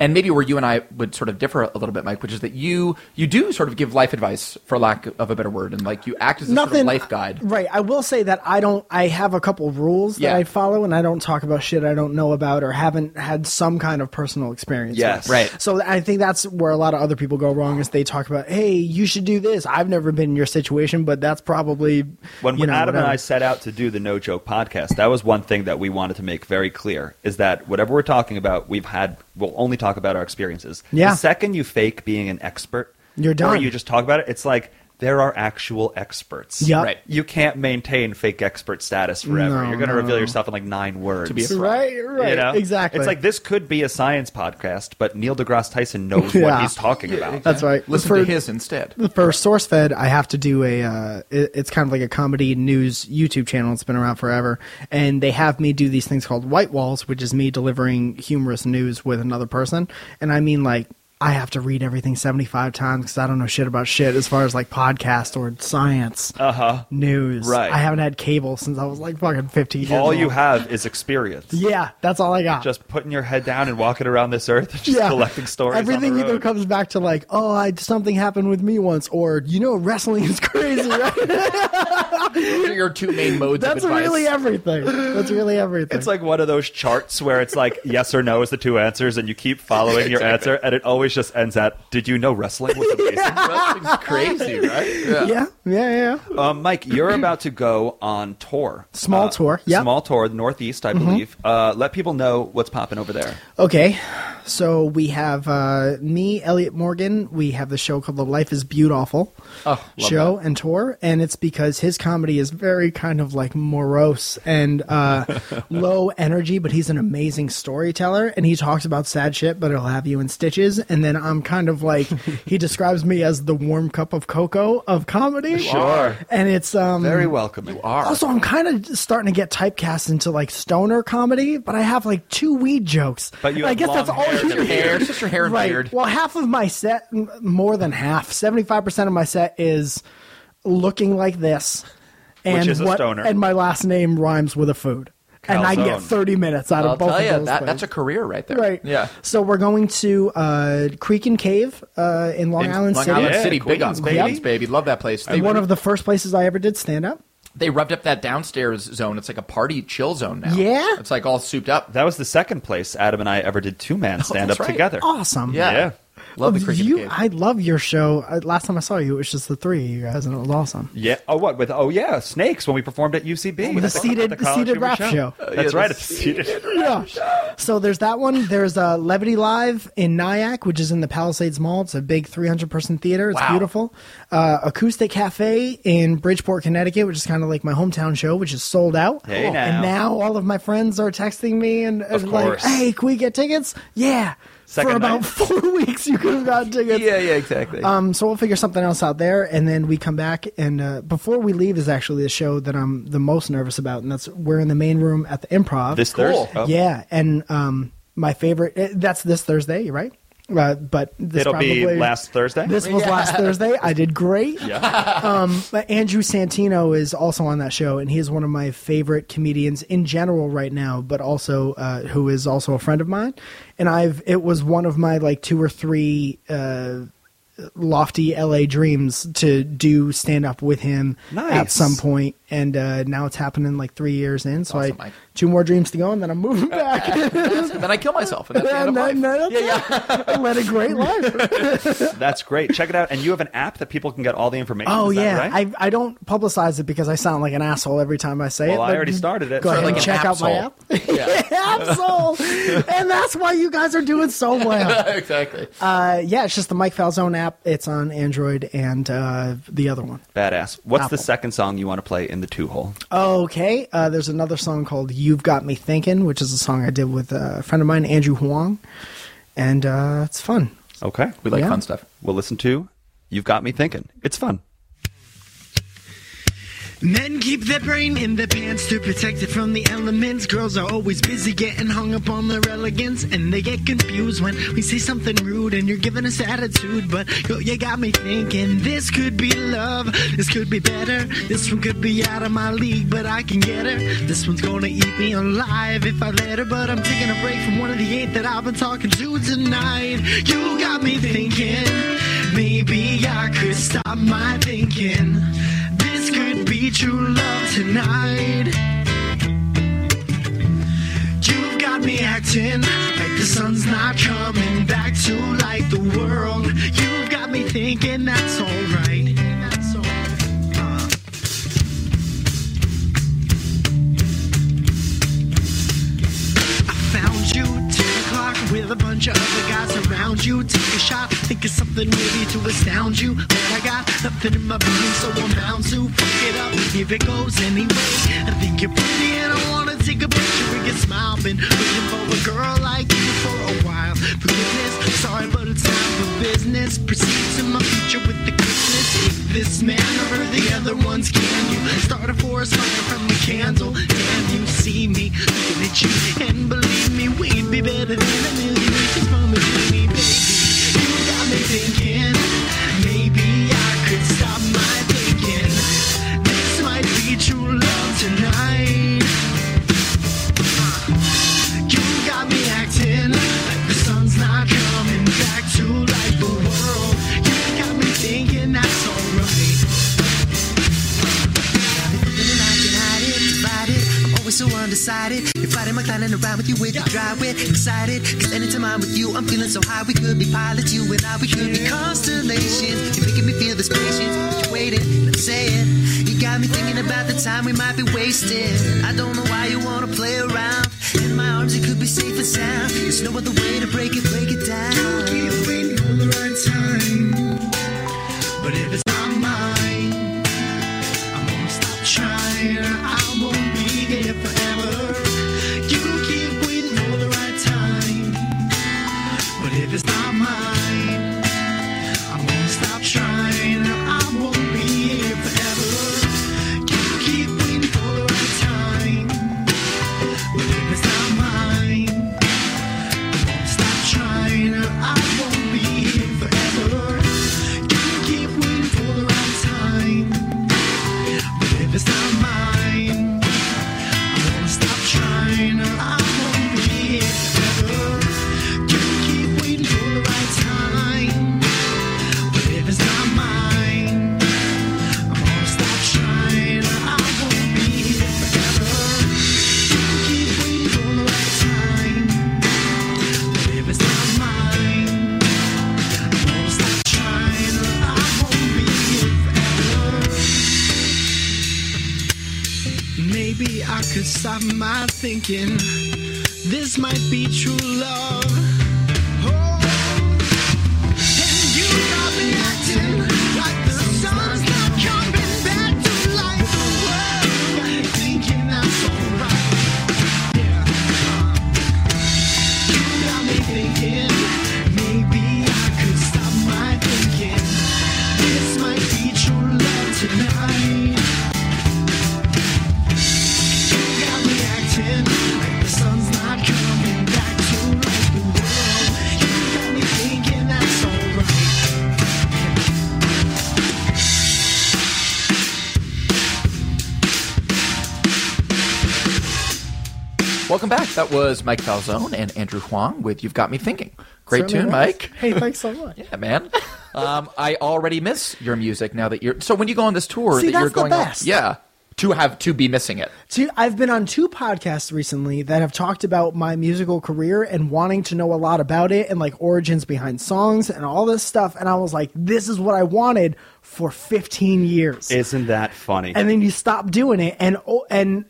Speaker 2: and maybe where you and I would sort of differ a little bit, Mike, which is that you you do sort of give life advice, for lack of a better word, and like you act as a sort of life guide.
Speaker 4: Right. I will say that I don't. I have a couple rules
Speaker 2: Yeah.
Speaker 4: that I follow, and I don't talk about shit I don't know about or haven't had some kind of personal experience.
Speaker 3: Yes.
Speaker 4: with.
Speaker 2: Right.
Speaker 4: So I think that's where a lot of other people go wrong is they talk about, hey, you should do this. I've never been in your situation, but that's probably
Speaker 3: When
Speaker 4: you know,
Speaker 3: Adam and
Speaker 4: whatever.
Speaker 3: I set out to do the No Joke podcast, that was one thing that we wanted to make very clear is that whatever we're talking about, we've had we'll only talk about our experiences.
Speaker 4: Yeah.
Speaker 3: The second you fake being an expert,
Speaker 4: You're
Speaker 3: Or
Speaker 4: done.
Speaker 3: you just talk about it. It's like there are actual experts.
Speaker 4: Yup.
Speaker 2: Right.
Speaker 3: You can't maintain fake expert status forever.
Speaker 4: No,
Speaker 3: You're going to
Speaker 4: no.
Speaker 3: reveal yourself in like nine words.
Speaker 2: be a fraud.
Speaker 4: Right, right,
Speaker 3: You know?
Speaker 4: exactly.
Speaker 3: It's like this could be a science podcast, but Neil deGrasse Tyson knows what
Speaker 4: Yeah.
Speaker 3: he's talking about.
Speaker 4: That's right.
Speaker 2: Listen to
Speaker 4: For-
Speaker 2: his instead.
Speaker 4: for SourceFed, I have to do a. Uh, it- it's kind of like a comedy news YouTube channel. It's been around forever, and they have me do these things called white walls, which is me delivering humorous news with another person. And I mean, like, I have to read everything seventy-five times because I don't know shit about shit as far as like podcast or science news.
Speaker 3: Uh-huh. Right.
Speaker 4: I haven't had cable since I was like fucking fifteen. years
Speaker 3: All you
Speaker 4: old.
Speaker 3: have is experience.
Speaker 4: Yeah, that's all I got.
Speaker 3: Just putting your head down and walking around this earth and just
Speaker 4: yeah.
Speaker 3: collecting stories.
Speaker 4: Everything
Speaker 3: on the
Speaker 4: either
Speaker 3: road.
Speaker 4: comes back to like, oh, I, something happened with me once, or you know, wrestling is crazy, right?
Speaker 2: Those are your two main modes
Speaker 4: That's
Speaker 2: of advice.
Speaker 4: really everything. That's really everything.
Speaker 3: It's like one of those charts where it's like yes or no is the two answers, and you keep following your answer, and it always just ends at "Did you know wrestling was amazing?"
Speaker 2: Wrestling's crazy, right?
Speaker 4: yeah, yeah, yeah.
Speaker 3: um, Mike, you're about to go on tour, Uh,
Speaker 4: Small tour, yep. Mm-hmm.
Speaker 3: small tour, the Northeast, I believe. Uh, let people know what's popping over there.
Speaker 4: Okay, so we have uh, me, Elliot Morgan. We have the show called The Life Is Beautiful
Speaker 2: Oh, love
Speaker 4: show and tour, and it's because his comedy is very kind of like morose and uh, low energy, but he's an amazing storyteller, and he talks about sad shit, but he'll have you in stitches. And then I'm kind of like he describes me as the warm cup of cocoa of comedy.
Speaker 3: Sure.
Speaker 4: and it's um
Speaker 3: Very welcoming. You are.
Speaker 4: Also, I'm kind of starting to get typecast into like stoner comedy, but I have like two weed jokes.
Speaker 3: But you
Speaker 4: And I
Speaker 3: have
Speaker 4: guess
Speaker 3: long
Speaker 4: that's all.
Speaker 3: hair
Speaker 2: It's just your hair. It's just your hair and
Speaker 4: right.
Speaker 2: beard.
Speaker 4: Well, half of my set, m- more than half, seventy-five percent of my set is looking like this, and
Speaker 3: is a
Speaker 4: what,
Speaker 3: stoner.
Speaker 4: and my last name rhymes with a food, and I can get
Speaker 3: Calzone.
Speaker 4: thirty minutes out
Speaker 2: I'll
Speaker 4: of both
Speaker 2: tell
Speaker 4: of
Speaker 2: you
Speaker 4: those.
Speaker 2: that
Speaker 4: things.
Speaker 2: that's a career right there.
Speaker 4: Right.
Speaker 2: Yeah.
Speaker 4: So we're going to uh, Creek and Cave uh, in Long
Speaker 2: In
Speaker 4: Island
Speaker 2: Long
Speaker 4: City.
Speaker 2: Island
Speaker 3: Yeah,
Speaker 2: City, big
Speaker 3: Queens,
Speaker 2: on
Speaker 3: baby.
Speaker 2: Queens, baby. Love that place. They,
Speaker 4: One of the first places I ever did stand up.
Speaker 2: they rubbed up that downstairs zone. It's like a party chill zone now.
Speaker 4: Yeah?
Speaker 2: It's like all souped up.
Speaker 3: That was the second place Adam and I ever did two man stand up
Speaker 2: that's right.
Speaker 3: together.
Speaker 4: Awesome.
Speaker 2: Yeah.
Speaker 3: Yeah.
Speaker 2: Love the
Speaker 4: Well,
Speaker 2: cricket
Speaker 4: Oh, you,
Speaker 2: cave.
Speaker 4: I love your show. Uh, Last time I saw you, it was just the three of you guys, and it was awesome.
Speaker 3: Yeah. Oh, what with? Oh, yeah. Snakes when we performed at UCB.
Speaker 4: With a
Speaker 3: I talked about
Speaker 4: seated-
Speaker 3: the college
Speaker 4: seated
Speaker 3: humor
Speaker 4: rap show.
Speaker 3: That's
Speaker 2: Yeah, the
Speaker 3: right. It's seated.
Speaker 4: Yeah. So there's that one. There's uh, Levity Live in Nyack, which is in the Palisades Mall. It's a big 300 person theater. It's
Speaker 2: Wow.
Speaker 4: beautiful. Uh, Acoustic Cafe in Bridgeport, Connecticut, which is kind of like my hometown show, which is sold out.
Speaker 3: Hey, now.
Speaker 4: And now all of my friends are texting me and, and
Speaker 3: Of
Speaker 4: like,
Speaker 3: course.
Speaker 4: "Hey, can we get tickets?" Yeah.
Speaker 3: Second
Speaker 4: For about
Speaker 3: night.
Speaker 4: four weeks, you could have gotten tickets.
Speaker 2: yeah, yeah, exactly.
Speaker 4: Um, so we'll figure something else out there, and then we come back. And uh, before we leave is actually the show that I'm the most nervous about, and that's we're in the main room at the Improv.
Speaker 3: This
Speaker 2: Cool.
Speaker 3: Thursday. Oh.
Speaker 4: yeah, and um, my favorite eh, that's this Thursday, you're right? Uh, but this
Speaker 3: It'll
Speaker 4: probably,
Speaker 3: be last Thursday.
Speaker 4: This was last Thursday. I did great.
Speaker 3: Yeah.
Speaker 4: Um, but Andrew Santino is also on that show, and he is one of my favorite comedians in general right now, but also uh, who is also a friend of mine. And I've it was one of my like two or three uh, lofty LA dreams to do stand up with him at
Speaker 3: Nice.
Speaker 4: some point, and uh, now it's happening like three years in. So
Speaker 2: Awesome,
Speaker 4: I
Speaker 2: Mike.
Speaker 4: two more dreams to go, and then I'm moving back.
Speaker 2: and then I kill myself. And that's the end of life.
Speaker 4: And then- then that's it. I led a great life.
Speaker 3: That's great. Check it out. And you have an app that people can get all the information.
Speaker 4: Oh
Speaker 3: Is that
Speaker 4: yeah,
Speaker 3: right?
Speaker 4: I I don't publicize it because I sound like an asshole every time I say it.
Speaker 3: Well, I
Speaker 4: but
Speaker 3: already started it.
Speaker 4: Go
Speaker 3: Sort
Speaker 4: ahead
Speaker 3: of
Speaker 4: and
Speaker 2: like
Speaker 4: check
Speaker 2: an
Speaker 4: out my
Speaker 2: asshole.
Speaker 4: app. asshole, and that's why you guys are doing so well.
Speaker 2: exactly.
Speaker 4: Uh, yeah, it's just the Mike Falzone app. It's on Android and uh, the other one.
Speaker 3: Badass. What's
Speaker 4: Apple.
Speaker 3: the second song you want to play in the two hole?
Speaker 4: Okay, uh, there's another song called "You've Got Me Thinking," which is a song I did with a friend of mine, Andrew Huang, and uh, it's fun.
Speaker 3: Okay.
Speaker 2: we like
Speaker 4: yeah.
Speaker 2: fun stuff.
Speaker 3: We'll listen to You've Got Me Thinking. It's fun.
Speaker 7: Men keep their brain in their pants to protect it from the elements. Girls are always busy getting hung up on their elegance, and they get confused when we say something rude and you're giving us attitude. But yo, you got me thinking this could be love, this could be better, this one could be out of my league, but I can get her. This one's gonna eat me alive if I let her. But I'm taking a break from one of the eight that I've been talking to tonight. You got me thinking maybe I could stop my thinking. This could be true love tonight. You've got me acting like the sun's not coming back to light the world. You've got me thinking that's alright. That's alright. Uh. I found you 10 o'clock with with a bunch of other guys around you. Take a shot, think of something maybe to astound you. But I got nothing in my brain, so I'm bound to fuck it up. If it goes anyway, I think you're pretty and I wanna take a picture with your smile. Been looking for a girl like you for a while. Forgiveness, sorry, but it's time for business. Proceed to my future with the quickness. If this man or the other one's can you start a forest fire from the candle? Damn, you see me looking at you, and believe me, we'd be better than a million witches from a genie, baby. You got me thinking maybe I could stop my thinking. This might be true love tonight. You got me acting like the sun's not coming back to light the world. You got me thinking that's alright. And I can hide it, fight it. I'm always so undecided. You're fighting my climbing around with you with your dry wit. Excited, cause anytime I'm with you, I'm feeling so high. We could be pilots, you and I, we could be constellations. You're making me feel this patience, but you're waiting, and I'm saying. You got me thinking about the time we might be wasting. I don't know why you wanna play around. In my arms, you could be safe and sound. There's no other way to break it, break it down. You're waiting on the right time. But if it's not mine, I won't stop trying. I won't be here forever. You keep waiting for the right time. But if it's not mine, I won't stop trying. I won't be here forever. You keep waiting for the right time. But if it's not mine, I won't stop trying. I won't be here forever. You keep waiting for the right time. But if it's not mine, I won't stop trying. I won't be here forever. You keep waiting for the right time. But if it's not mine, I won't stop trying. I won't be here forever. You keep waiting for the right time. But if it's not mine, I won't stop trying. I won't be here forever. Maybe I could stop my thinking. This might be true love. Oh, and you got me acting like the sun's not coming back to light the world. Got me thinking that's alright. Yeah. You got me thinking maybe I could stop my thinking. This might be true love tonight. You got me acting like the sun's not coming back to light the world. You got me thinking that's alright.
Speaker 2: Welcome back. That was Mike Falzone and Andrew Huang with "You've Got Me Thinking." Great
Speaker 4: Certainly
Speaker 2: tune,
Speaker 4: was.
Speaker 2: Mike.
Speaker 4: Hey, thanks so much.
Speaker 2: Yeah, man. Um, I already miss your music now that you're. So when you go on this tour,
Speaker 4: See,
Speaker 2: that you're
Speaker 4: that's the
Speaker 2: going on-
Speaker 4: best.
Speaker 2: yeah, to have to be missing it.
Speaker 4: Two, I've been on two podcasts recently that have talked about my musical career and wanting to know a lot about it and like origins behind songs and all this stuff. And I was like, this is what I wanted for 15 years.
Speaker 3: Isn't that funny?
Speaker 4: and then you stop doing it. And, oh, and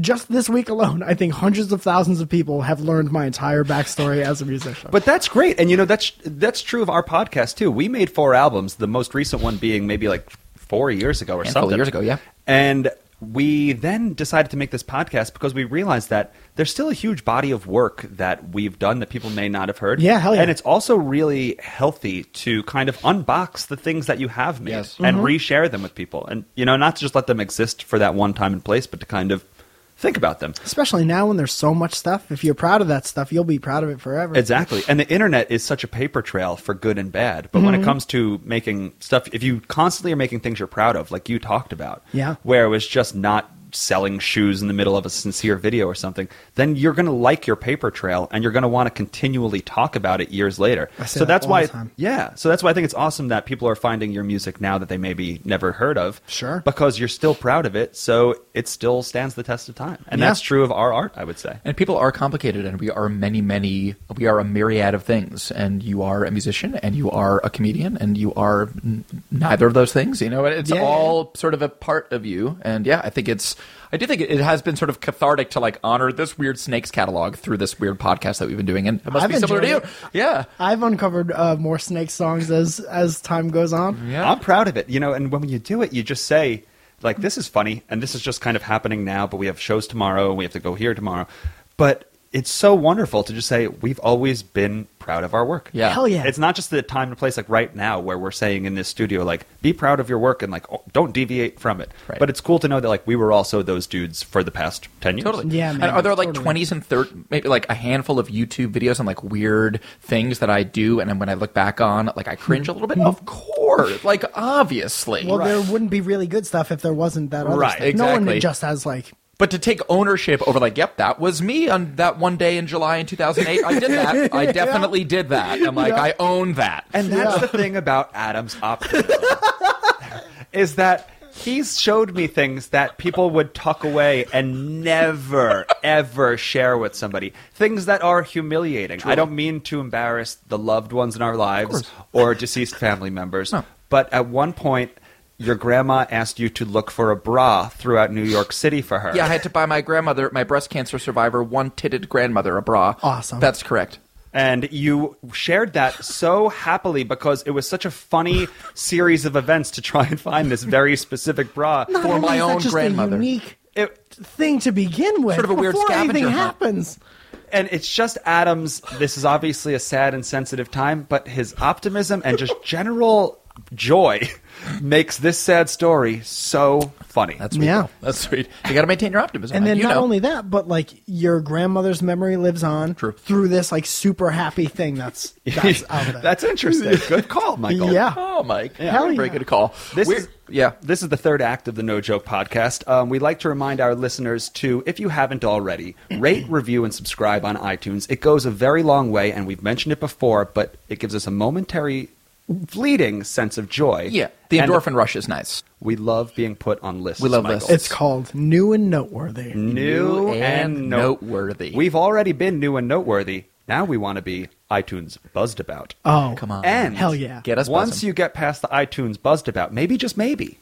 Speaker 4: just this week alone, I think hundreds of thousands of people have learned my entire backstory as a musician.
Speaker 3: But that's great, and you know that's that's true of our podcast too. We made four albums, the most recent one being maybe like four years ago or
Speaker 2: Handful of
Speaker 3: something.
Speaker 2: years ago, yeah.
Speaker 3: And we then decided to make this podcast because we realized that there's still a huge body of work that we've done that people may not have heard.
Speaker 4: Yeah, hell yeah.
Speaker 3: And it's also really healthy to kind of unbox the things that you have made
Speaker 2: Yes. Mm-hmm.
Speaker 3: and reshare them with people, and you know not to just let them exist for that one time and place, but to kind of think about them.
Speaker 4: Especially now when there's so much stuff. If you're proud of that stuff, you'll be proud of it forever.
Speaker 3: Exactly. And the internet is such a paper trail for good and bad. But
Speaker 4: Mm-hmm.
Speaker 3: when it comes to making stuff, if you constantly are making things you're proud of, like you talked about,
Speaker 4: Yeah.
Speaker 3: where it was just not selling shoes in the middle of a sincere video or something, then you're going to like your paper trail and you're going to want to continually talk about it years later.
Speaker 4: I say
Speaker 3: so
Speaker 4: that
Speaker 3: that's
Speaker 4: all
Speaker 3: why,
Speaker 4: the time.
Speaker 3: yeah. So that's why I think it's awesome that people are finding your music now that they maybe never heard of.
Speaker 4: Sure.
Speaker 3: Because you're still proud of it. So it still stands the test of time. And
Speaker 4: Yeah.
Speaker 3: that's true of our art, I would say.
Speaker 2: And people are complicated, and we are many, many. We are a myriad of things, and you are a musician, and you are a comedian, and you are n- neither of those things. You know, it's
Speaker 4: Yeah.
Speaker 2: all sort of a part of you. And yeah, I think it's I do think it, it has been sort of cathartic to like honor this weird snakes catalog through this weird podcast that we've been doing, and it must
Speaker 4: I've
Speaker 2: be similar to you.
Speaker 4: enjoyed
Speaker 2: Yeah,
Speaker 4: I've uncovered uh, more snake songs as as time goes on.
Speaker 2: yeah.
Speaker 3: I'm proud of it. You know, and when you do it, you just say, like, this is funny, and this is just kind of happening now, but we have shows tomorrow, and we have to go here tomorrow. But it's so wonderful to just say, we've always been proud of our work.
Speaker 2: Yeah.
Speaker 4: Hell yeah!
Speaker 3: It's not just the time and place, like right now, where we're saying in this studio, like, be proud of your work and, like, oh, don't deviate from it.
Speaker 2: Right.
Speaker 3: But it's cool to know that, like, we were also those dudes for the past 10 years.
Speaker 2: Totally.
Speaker 4: Yeah, man,
Speaker 2: And are there like
Speaker 4: totally.
Speaker 2: 20s and 30, maybe like a handful of YouTube videos on like weird things that I do, and then when I look back on, like I cringe a little bit? of course. Like, obviously.
Speaker 4: well, there wouldn't be really good stuff if there wasn't that other
Speaker 2: Right,
Speaker 4: stuff. No one
Speaker 2: exactly.
Speaker 4: just has like
Speaker 2: but to take ownership over, like, yep, that was me on that one day in July in 2008. I did that. I definitely did that. I'm like, I own that.
Speaker 3: And that's the thing about Adam's optimism is that he's showed me things that people would tuck away and never ever share with somebody. Things that are humiliating. I don't mean to embarrass the loved ones in our lives or deceased family members,
Speaker 2: No.
Speaker 3: but at one point your grandma asked you to look for a bra throughout New York City for her.
Speaker 2: yeah, I had to buy my grandmother, my breast cancer survivor, one titted grandmother a bra.
Speaker 4: Awesome.
Speaker 2: That's correct.
Speaker 3: and you shared that so happily because it was such a funny series of events to try and find this very specific bra.
Speaker 4: not
Speaker 2: For
Speaker 4: only
Speaker 2: my
Speaker 4: is that
Speaker 2: own
Speaker 4: just
Speaker 2: grandmother.
Speaker 4: A unique
Speaker 3: It,
Speaker 4: thing to begin with.
Speaker 2: Sort of a weird
Speaker 4: before
Speaker 2: scavenger
Speaker 4: anything
Speaker 2: hunt.
Speaker 4: happens.
Speaker 3: and it's just Adam's. This is obviously a sad and sensitive time, but his optimism and just general joy makes this sad story so funny.
Speaker 2: That's sweet.
Speaker 4: Yeah.
Speaker 2: That's sweet. You got to maintain your optimism.
Speaker 4: And
Speaker 2: Mike.
Speaker 4: then
Speaker 2: You
Speaker 4: not
Speaker 2: know.
Speaker 4: only that, but like your grandmother's memory lives on
Speaker 2: True.
Speaker 4: through this like super happy thing that's that's out there.
Speaker 3: That's interesting. Good call, Michael.
Speaker 4: Yeah.
Speaker 2: Oh, Mike.
Speaker 4: Hell
Speaker 2: Very
Speaker 4: yeah.
Speaker 2: good call.
Speaker 3: This
Speaker 2: We're-
Speaker 3: is
Speaker 2: yeah.
Speaker 3: This is the third act of the No Joke podcast. Um, we like to remind our listeners to, if you haven't already, rate, review, and subscribe on iTunes. It goes a very long way, and we've mentioned it before, but it gives us a momentary, fleeting sense of joy.
Speaker 2: Yeah. The
Speaker 3: And
Speaker 2: endorphin rush is nice.
Speaker 3: we love being put on lists.
Speaker 2: We love
Speaker 3: Michael.
Speaker 2: lists.
Speaker 4: it's called new and noteworthy.
Speaker 3: new,
Speaker 2: New
Speaker 3: and,
Speaker 2: and
Speaker 3: no-
Speaker 2: noteworthy.
Speaker 3: We've already been new and noteworthy. Now we want to be iTunes buzzed about.
Speaker 4: Oh
Speaker 2: Come on.
Speaker 3: And
Speaker 4: Hell yeah.
Speaker 2: Get us
Speaker 3: once
Speaker 2: buzzing.
Speaker 3: you get past the iTunes buzzed about, maybe just maybe,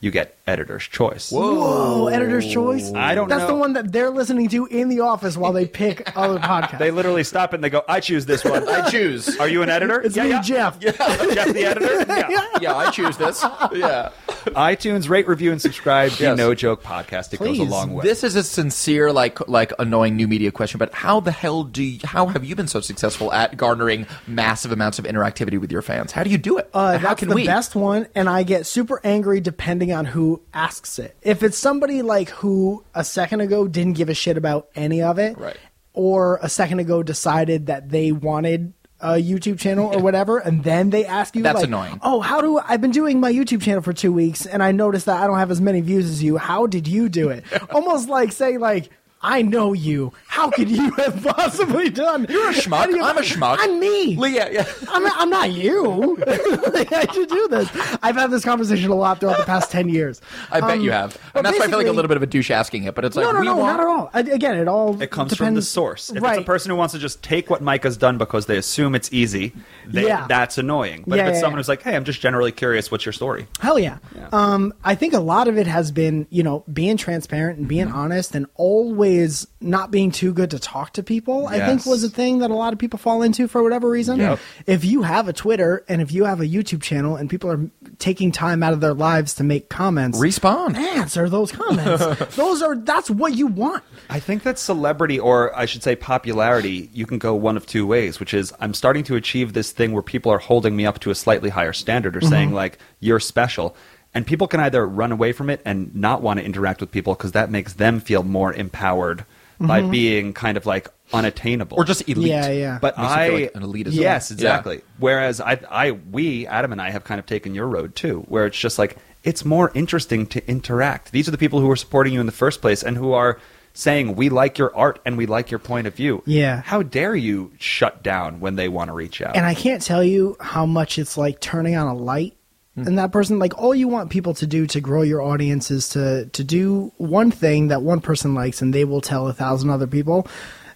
Speaker 3: you get editor's choice.
Speaker 4: Whoa, editor's choice.
Speaker 3: I don't
Speaker 4: That's
Speaker 3: know.
Speaker 4: the one that they're listening to in the office while they pick other podcasts.
Speaker 3: They literally stop and they go, "I choose this one. I choose."
Speaker 2: choose.
Speaker 3: Are you an editor?
Speaker 4: it's
Speaker 3: yeah,
Speaker 4: me,
Speaker 3: yeah.
Speaker 4: Jeff.
Speaker 3: Jeff, the editor. Yeah.
Speaker 2: yeah, I choose this. Yeah.
Speaker 3: iTunes rate, review, and subscribe. The
Speaker 2: Yes.
Speaker 3: No Joke Podcast. It goes
Speaker 4: Please.
Speaker 3: a long way.
Speaker 2: This is a sincere, like, like annoying new media question. But how the hell do? You, how have you been so successful at garnering massive amounts of interactivity with your fans? How do you do it?
Speaker 4: Uh,
Speaker 2: And how
Speaker 4: that's
Speaker 2: can
Speaker 4: the
Speaker 2: we?
Speaker 4: best one, and I get super angry depending on who asks it. If it's somebody like who a second ago didn't give a shit about any of it,
Speaker 2: Right.
Speaker 4: or a second ago decided that they wanted a YouTube channel or whatever, and then they ask you,
Speaker 2: That's
Speaker 4: like,
Speaker 2: annoying.
Speaker 4: Oh, how do I've been doing my YouTube channel for two weeks, and I noticed that I don't have as many views as you. How did you do it? Almost like saying like. I know you. How could you have possibly done? You're
Speaker 2: a schmuck. I'm a schmuck.
Speaker 4: I'm me.
Speaker 2: Well, yeah, yeah.
Speaker 4: I'm not, I'm not you. I should do this. I've had this conversation a lot throughout the past 10 years.
Speaker 2: I bet
Speaker 4: Um,
Speaker 2: you have,
Speaker 4: but
Speaker 2: and that's why I feel like a
Speaker 4: basically-
Speaker 2: little bit of a douche asking it. But it's like
Speaker 4: No, no,
Speaker 2: we
Speaker 4: no,
Speaker 2: want
Speaker 4: not at all. I, again, it all
Speaker 3: it comes
Speaker 4: depends,
Speaker 3: from the source. If
Speaker 4: right.
Speaker 3: it's a person who wants to just take what Micah's done because they assume it's easy, they,
Speaker 4: Yeah.
Speaker 3: that's annoying. But
Speaker 4: Yeah,
Speaker 3: if it's
Speaker 4: yeah,
Speaker 3: someone
Speaker 4: yeah.
Speaker 3: who's like, "Hey, I'm just generally curious. What's your story?"
Speaker 4: Hell yeah. Um, I think a lot of it has been, you know, being transparent and
Speaker 2: Mm-hmm.
Speaker 4: being honest and always not being too good to talk to people, I think
Speaker 3: Yes.
Speaker 4: was a thing that a lot of people fall into for whatever reason.
Speaker 3: Yep.
Speaker 4: If you have a Twitter and if you have a YouTube channel and people are taking time out of their lives to make comments,
Speaker 2: respond.
Speaker 4: answer those comments. those are, that's what you want.
Speaker 3: I think that celebrity, or I should say popularity, you can go one of two ways, which is I'm starting to achieve this thing where people are holding me up to a slightly higher standard or saying,
Speaker 2: Mm-hmm.
Speaker 3: like, you're special. And people can either run away from it and not want to interact with people because that makes them feel more empowered by being kind of like unattainable
Speaker 2: Mm-hmm. Or just elite.
Speaker 4: Yeah, yeah.
Speaker 3: but
Speaker 2: Makes you feel
Speaker 3: I
Speaker 2: like an elitist.
Speaker 3: Yes,
Speaker 2: Yeah.
Speaker 3: exactly. Whereas I, I, we, Adam and I have kind of taken your road too, where it's just like it's more interesting to interact. These are the people who are supporting you in the first place and who are saying we like your art and we like your point of view.
Speaker 4: Yeah.
Speaker 3: How dare you shut down when they want to reach out?
Speaker 4: And I can't tell you how much it's like turning on a light. And that person, like, all you want people to do to grow your audience is to to do one thing that one person likes, and they will tell a thousand other people.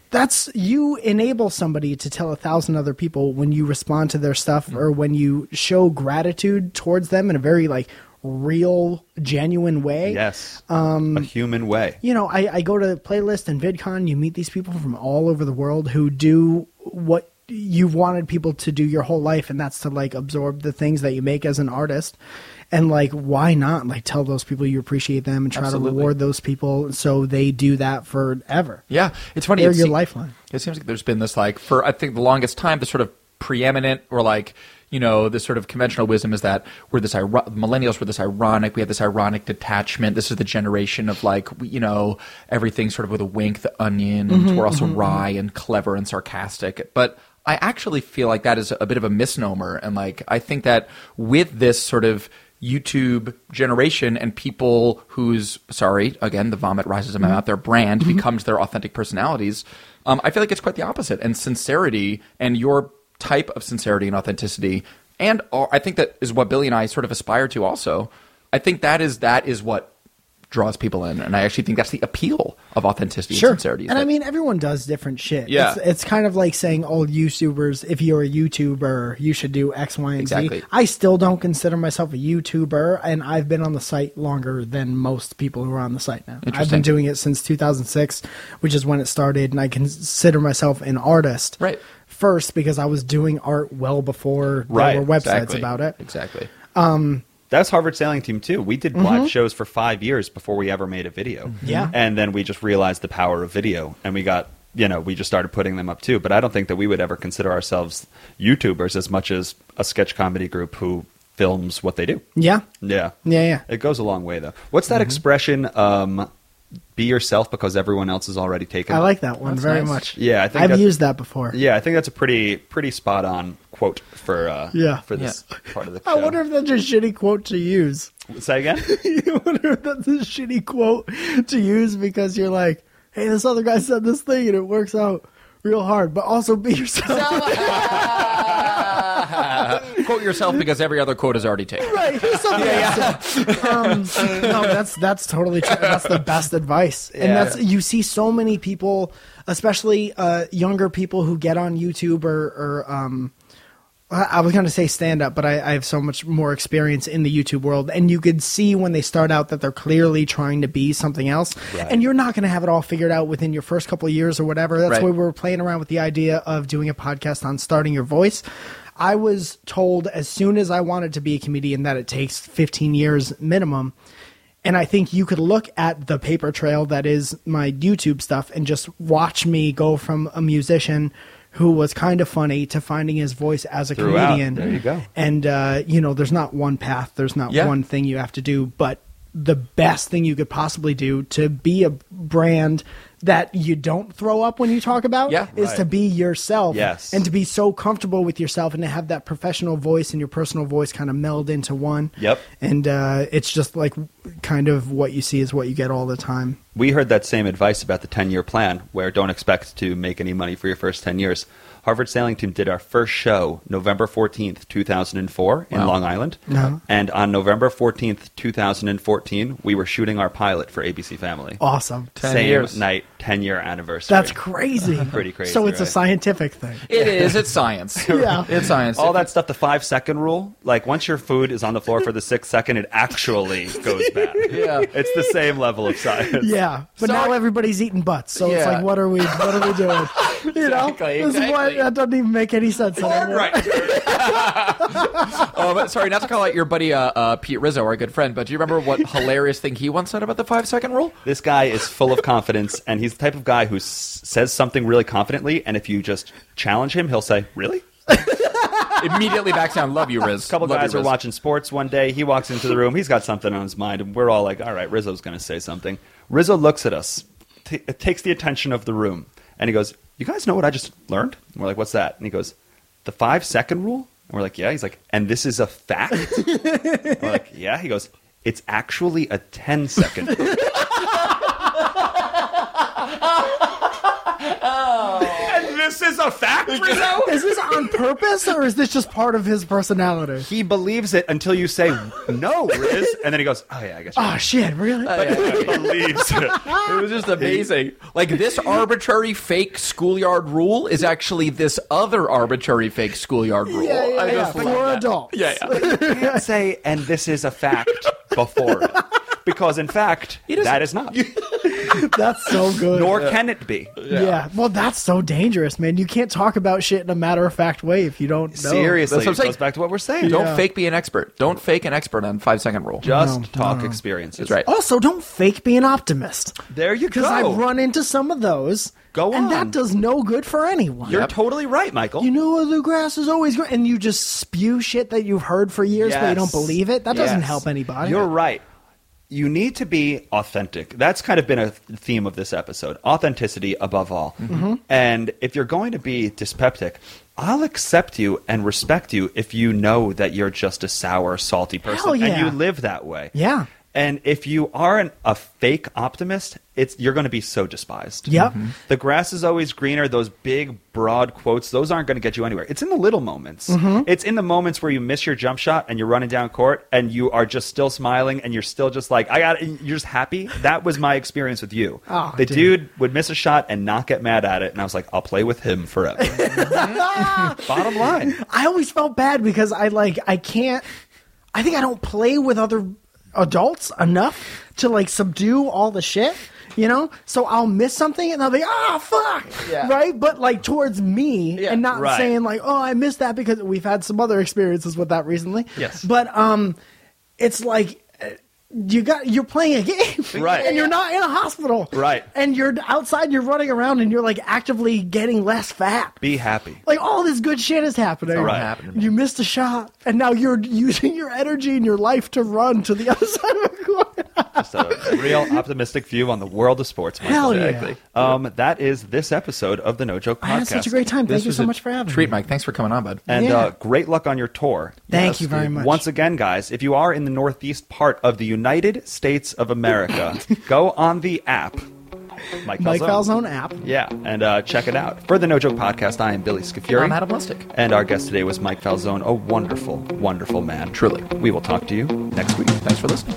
Speaker 4: That's you enable somebody to tell a thousand other people when you respond to their stuff or when you show gratitude towards them in a very like real, genuine way.
Speaker 3: Yes. Um, a human way.
Speaker 4: You know, I, I go to playlist and VidCon. You meet these people from all over the world who do what you've wanted people to do your whole life, and that's to like absorb the things that you make as an artist. And like, why not like tell those people you appreciate them and try
Speaker 2: Absolutely.
Speaker 4: to reward those people so they do that forever.
Speaker 2: Yeah, it's funny.
Speaker 4: They're
Speaker 2: it
Speaker 4: your
Speaker 2: se-
Speaker 4: lifeline.
Speaker 2: It seems like there's been this like for I think the longest time the sort of preeminent or like you know this sort of conventional wisdom is that we're this iro- millennials were this ironic we have this ironic detachment this is the generation of like we, you know everything sort of with a wink the onion and we're also wry and clever and sarcastic but I actually feel like that is a bit of a misnomer and like I think that with this sort of YouTube generation and people whose sorry again the vomit rises
Speaker 4: Mm-hmm.
Speaker 2: in my mouth their brand becomes their authentic personalities. Um, I feel like it's quite the opposite and sincerity and your type of sincerity and authenticity and all, I think that is what Billy and I sort of aspire to also. I think that is that is what draws people in and I actually think that's the appeal of authenticity and sincerity. is
Speaker 4: And I
Speaker 2: that-
Speaker 4: mean, everyone does different shit.
Speaker 2: Yeah.
Speaker 4: It's, it's kind of like saying, oh, YouTubers, if you're a YouTuber, you should do X, Y, and
Speaker 2: Exactly.
Speaker 4: Z. I still don't consider myself a YouTuber, and I've been on the site longer than most people who are on the site now. I've
Speaker 2: Interesting.
Speaker 4: been doing it since 2006, which is when it started, and I consider myself an artist.
Speaker 2: Right.
Speaker 4: First, because I was doing art well before
Speaker 3: Right,
Speaker 4: there were websites
Speaker 2: exactly.
Speaker 4: about it.
Speaker 2: Exactly.
Speaker 3: That's Harvard Sailing Team too. We did live shows for five years before we ever made a video.
Speaker 4: Mm-hmm. Yeah.
Speaker 3: and then we just realized the power of video, and we got you know we just started putting them up too. But I don't think that we would ever consider ourselves YouTubers as much as a sketch comedy group who films what they do.
Speaker 4: Yeah.
Speaker 3: Yeah,
Speaker 4: Yeah, Mm-hmm. yeah.
Speaker 3: It goes a long way though. What's that expression? Um, be yourself because everyone else is already taken.
Speaker 4: I like that one
Speaker 2: That's
Speaker 4: very
Speaker 2: nice.
Speaker 4: much.
Speaker 3: Yeah, I think
Speaker 4: I've
Speaker 3: that's-
Speaker 4: used that before.
Speaker 3: Yeah, I think that's a pretty pretty spot on quote for uh,
Speaker 4: Yeah.
Speaker 3: for this part of the.
Speaker 4: I
Speaker 3: show.
Speaker 4: wonder if that's a shitty quote to use.
Speaker 3: say again.
Speaker 4: you wonder if that's a shitty quote to use because you're like, hey, this other guy said this thing and it works out real hard, but also be yourself.
Speaker 2: Uh, quote yourself because every other quote is already taken.
Speaker 4: right. Here's something else. Um, no, that's that's totally true. That's the best advice. And that's you see so many people, especially uh, younger people who get on YouTube or, or um, I I was going to say stand up, but I, I have so much more experience in the YouTube world. And you could see when they start out that they're clearly trying to be something else. And you're not going to have it all figured out within your first couple of years or whatever. That's
Speaker 2: Right.
Speaker 4: why we were playing around with the idea of doing a podcast on starting your voice. I was told as soon as I wanted to be a comedian that it takes 15 years minimum. And I think you could look at the paper trail that is my YouTube stuff and just watch me go from a musician who was kind of funny to finding his voice as a
Speaker 3: Throughout.
Speaker 4: comedian.
Speaker 3: There you go.
Speaker 4: And, uh, you know, there's not one path, there's not
Speaker 2: Yeah.
Speaker 4: one thing you have to do, but the best thing you could possibly do to be a brand that you don't throw up when you talk about
Speaker 2: Yeah.
Speaker 4: is
Speaker 3: Right.
Speaker 4: to be yourself
Speaker 3: Yes.
Speaker 4: and to be so comfortable with yourself and to have that professional voice and your personal voice kind of meld into one
Speaker 3: Yep.
Speaker 4: and uh, it's just like kind of what you see is what you get all the time
Speaker 3: We heard that same advice about the 10 year plan, where don't expect to make any money for your first 10 years. Harvard Sailing Team did our first show November 14th, 2004, in
Speaker 2: Wow.
Speaker 3: Long Island.
Speaker 4: Uh-huh.
Speaker 3: And on November 14th, 2014, we were shooting our pilot for ABC Family.
Speaker 4: awesome
Speaker 2: 10
Speaker 3: same
Speaker 2: years.
Speaker 3: night, 10 year anniversary.
Speaker 4: that's crazy
Speaker 3: Pretty crazy,
Speaker 4: so it's
Speaker 3: right?
Speaker 4: a scientific thing
Speaker 2: It is. It's science.
Speaker 4: Yeah.
Speaker 2: It's science.
Speaker 3: All that stuff, the five second rule, like once your food is on the floor for the sixth second, it actually goes bad.
Speaker 2: Yeah.
Speaker 3: It's the same level of science.
Speaker 4: yeah but
Speaker 2: So
Speaker 4: now
Speaker 2: I-
Speaker 4: everybody's eating butts so it's
Speaker 2: Yeah.
Speaker 4: like what are we what are we doing you know
Speaker 2: Exactly,
Speaker 4: this is why
Speaker 2: exactly.
Speaker 4: that doesn't even make any sense anymore.
Speaker 2: Oh, but sorry, not to call out your buddy uh, uh, Pete Rizzo, our good friend, but do you remember what hilarious thing he once said about the five second rule?
Speaker 3: This guy is full of confidence, and he's the type of guy who s- says something really confidently, and if you just challenge him, he'll say, "Really?"
Speaker 2: Immediately backs down. Love you, Riz.
Speaker 3: A couple
Speaker 2: Love
Speaker 3: guys
Speaker 2: you,
Speaker 3: are
Speaker 2: Riz.
Speaker 3: watching sports one day. He walks into the room. He's got something on his mind, and we're all like, "All right, Rizzo's going to say something." Rizzo looks at us, t- uh, takes the attention of the room, and he goes, "You guys know what I just learned?" And we're like, "What's that?" And he goes, "The five second rule." And we're like, "Yeah." He's like, "And this is a fact." and we're like, "Yeah." He goes, "It's actually a 10 second rule." And
Speaker 2: this is a fact, Rizzo?
Speaker 4: Is this on purpose or is this just part of his personality?
Speaker 3: He believes it until you say no, Riz, and then he goes, "Oh yeah, I guess." you're
Speaker 4: Oh shit! Really?
Speaker 3: right." believes it.
Speaker 2: It was just amazing. Like this arbitrary fake schoolyard rule is actually this other arbitrary fake schoolyard rule.
Speaker 4: yeah, yeah,
Speaker 2: I
Speaker 4: yeah.
Speaker 2: just
Speaker 4: For
Speaker 2: love that.
Speaker 4: adults.
Speaker 2: Yeah, yeah.
Speaker 3: You can't say, "And this is a fact" before it, because in fact,
Speaker 2: is-
Speaker 3: that is not.
Speaker 4: That's so good.
Speaker 3: Nor can it be.
Speaker 4: yeah. Well, that's so dangerous, man. You can't talk about shit in a matter of fact way if you don't know.
Speaker 3: Seriously,
Speaker 2: That's what I'm
Speaker 3: it goes
Speaker 2: saying.
Speaker 3: back to what we're saying.
Speaker 2: Don't
Speaker 4: Yeah.
Speaker 2: fake be an expert. Don't fake an expert on five second rule.
Speaker 3: Just
Speaker 4: No,
Speaker 3: talk
Speaker 4: no, no.
Speaker 3: experiences. Oh,
Speaker 2: That's right.
Speaker 4: Also, don't fake be an optimist.
Speaker 3: There you go.
Speaker 4: Because I've run into some of those.
Speaker 3: Go
Speaker 4: And
Speaker 3: on.
Speaker 4: that does no good for anyone.
Speaker 3: You're totally right, Michael.
Speaker 4: you know the grass is always green, and you just spew shit that you've heard for years, but you don't
Speaker 3: Yes.
Speaker 4: believe it. That doesn't
Speaker 3: Yes.
Speaker 4: help anybody.
Speaker 3: You're right. You need to be authentic. That's kind of been a th- theme of this episode authenticity above all.
Speaker 4: Mm-hmm.
Speaker 3: And if you're going to be dyspeptic, I'll accept you and respect you if you know that you're just a sour, salty
Speaker 4: Hell
Speaker 3: person
Speaker 4: yeah.
Speaker 3: and you live that way.
Speaker 4: Yeah.
Speaker 3: And if you are an, a fake optimist, it's you're going to be so despised.
Speaker 4: Yep. Mhm.
Speaker 3: The grass is always greener. Those big, broad quotes, those aren't going to get you anywhere. It's in the little moments.
Speaker 4: Mm-hmm.
Speaker 3: It's in the moments where you miss your jump shot and you're running down court and you are just still smiling and you're still just like, I got. it. You're just happy. That was my experience with you.
Speaker 4: Oh,
Speaker 3: the
Speaker 4: dude.
Speaker 3: dude. would miss a shot and not get mad at it, and I was like, I'll play with him forever. Ah! Bottom line,
Speaker 4: I always felt bad because I like I can't. I think I don't play with other adults enough to like subdue all the shit, you know. So I'll miss something and I'll be ah fuck,
Speaker 2: Yeah.
Speaker 4: right? But like towards me and not
Speaker 3: Right.
Speaker 4: saying like oh I missed that because we've had some other experiences with that recently.
Speaker 3: Yes.
Speaker 4: but um, it's like. uh, You got you're playing a game,
Speaker 3: Right.
Speaker 4: And you're not in a hospital,
Speaker 3: Right.
Speaker 4: And you're outside, you're running around, and you're like actively getting less fat
Speaker 3: be happy.
Speaker 4: like all this good shit is happening.
Speaker 3: Right.
Speaker 2: happening.
Speaker 4: You missed a shot, and now you're using your energy and your life to run to the other side of the court.
Speaker 3: Just a real optimistic view on the world of sports. Michael.
Speaker 4: Hell yeah. Exactly.
Speaker 3: Um, that is this episode of the No Joke Podcast.
Speaker 4: I had such a great time. Thank
Speaker 2: This
Speaker 4: you
Speaker 2: was
Speaker 4: so
Speaker 2: a
Speaker 4: much for having
Speaker 2: Treat,
Speaker 4: me.
Speaker 2: Mike. Thanks for coming on, bud.
Speaker 3: And
Speaker 4: Yeah.
Speaker 3: uh, great luck on your tour.
Speaker 4: Thank you very much.
Speaker 3: Once again, guys, if you are in the northeast part of the United States of America, go on the app, Mike,
Speaker 4: Mike
Speaker 3: Falzone.
Speaker 4: Falzone app.
Speaker 3: Yeah, and uh, check it out. For the No Joke Podcast, I am Billy Scafuri.
Speaker 2: I'm Adam Lustig.
Speaker 3: And our guest today was Mike Falzone, a wonderful, wonderful man.
Speaker 2: Truly.
Speaker 3: We will talk to you next week.
Speaker 2: Thanks for listening.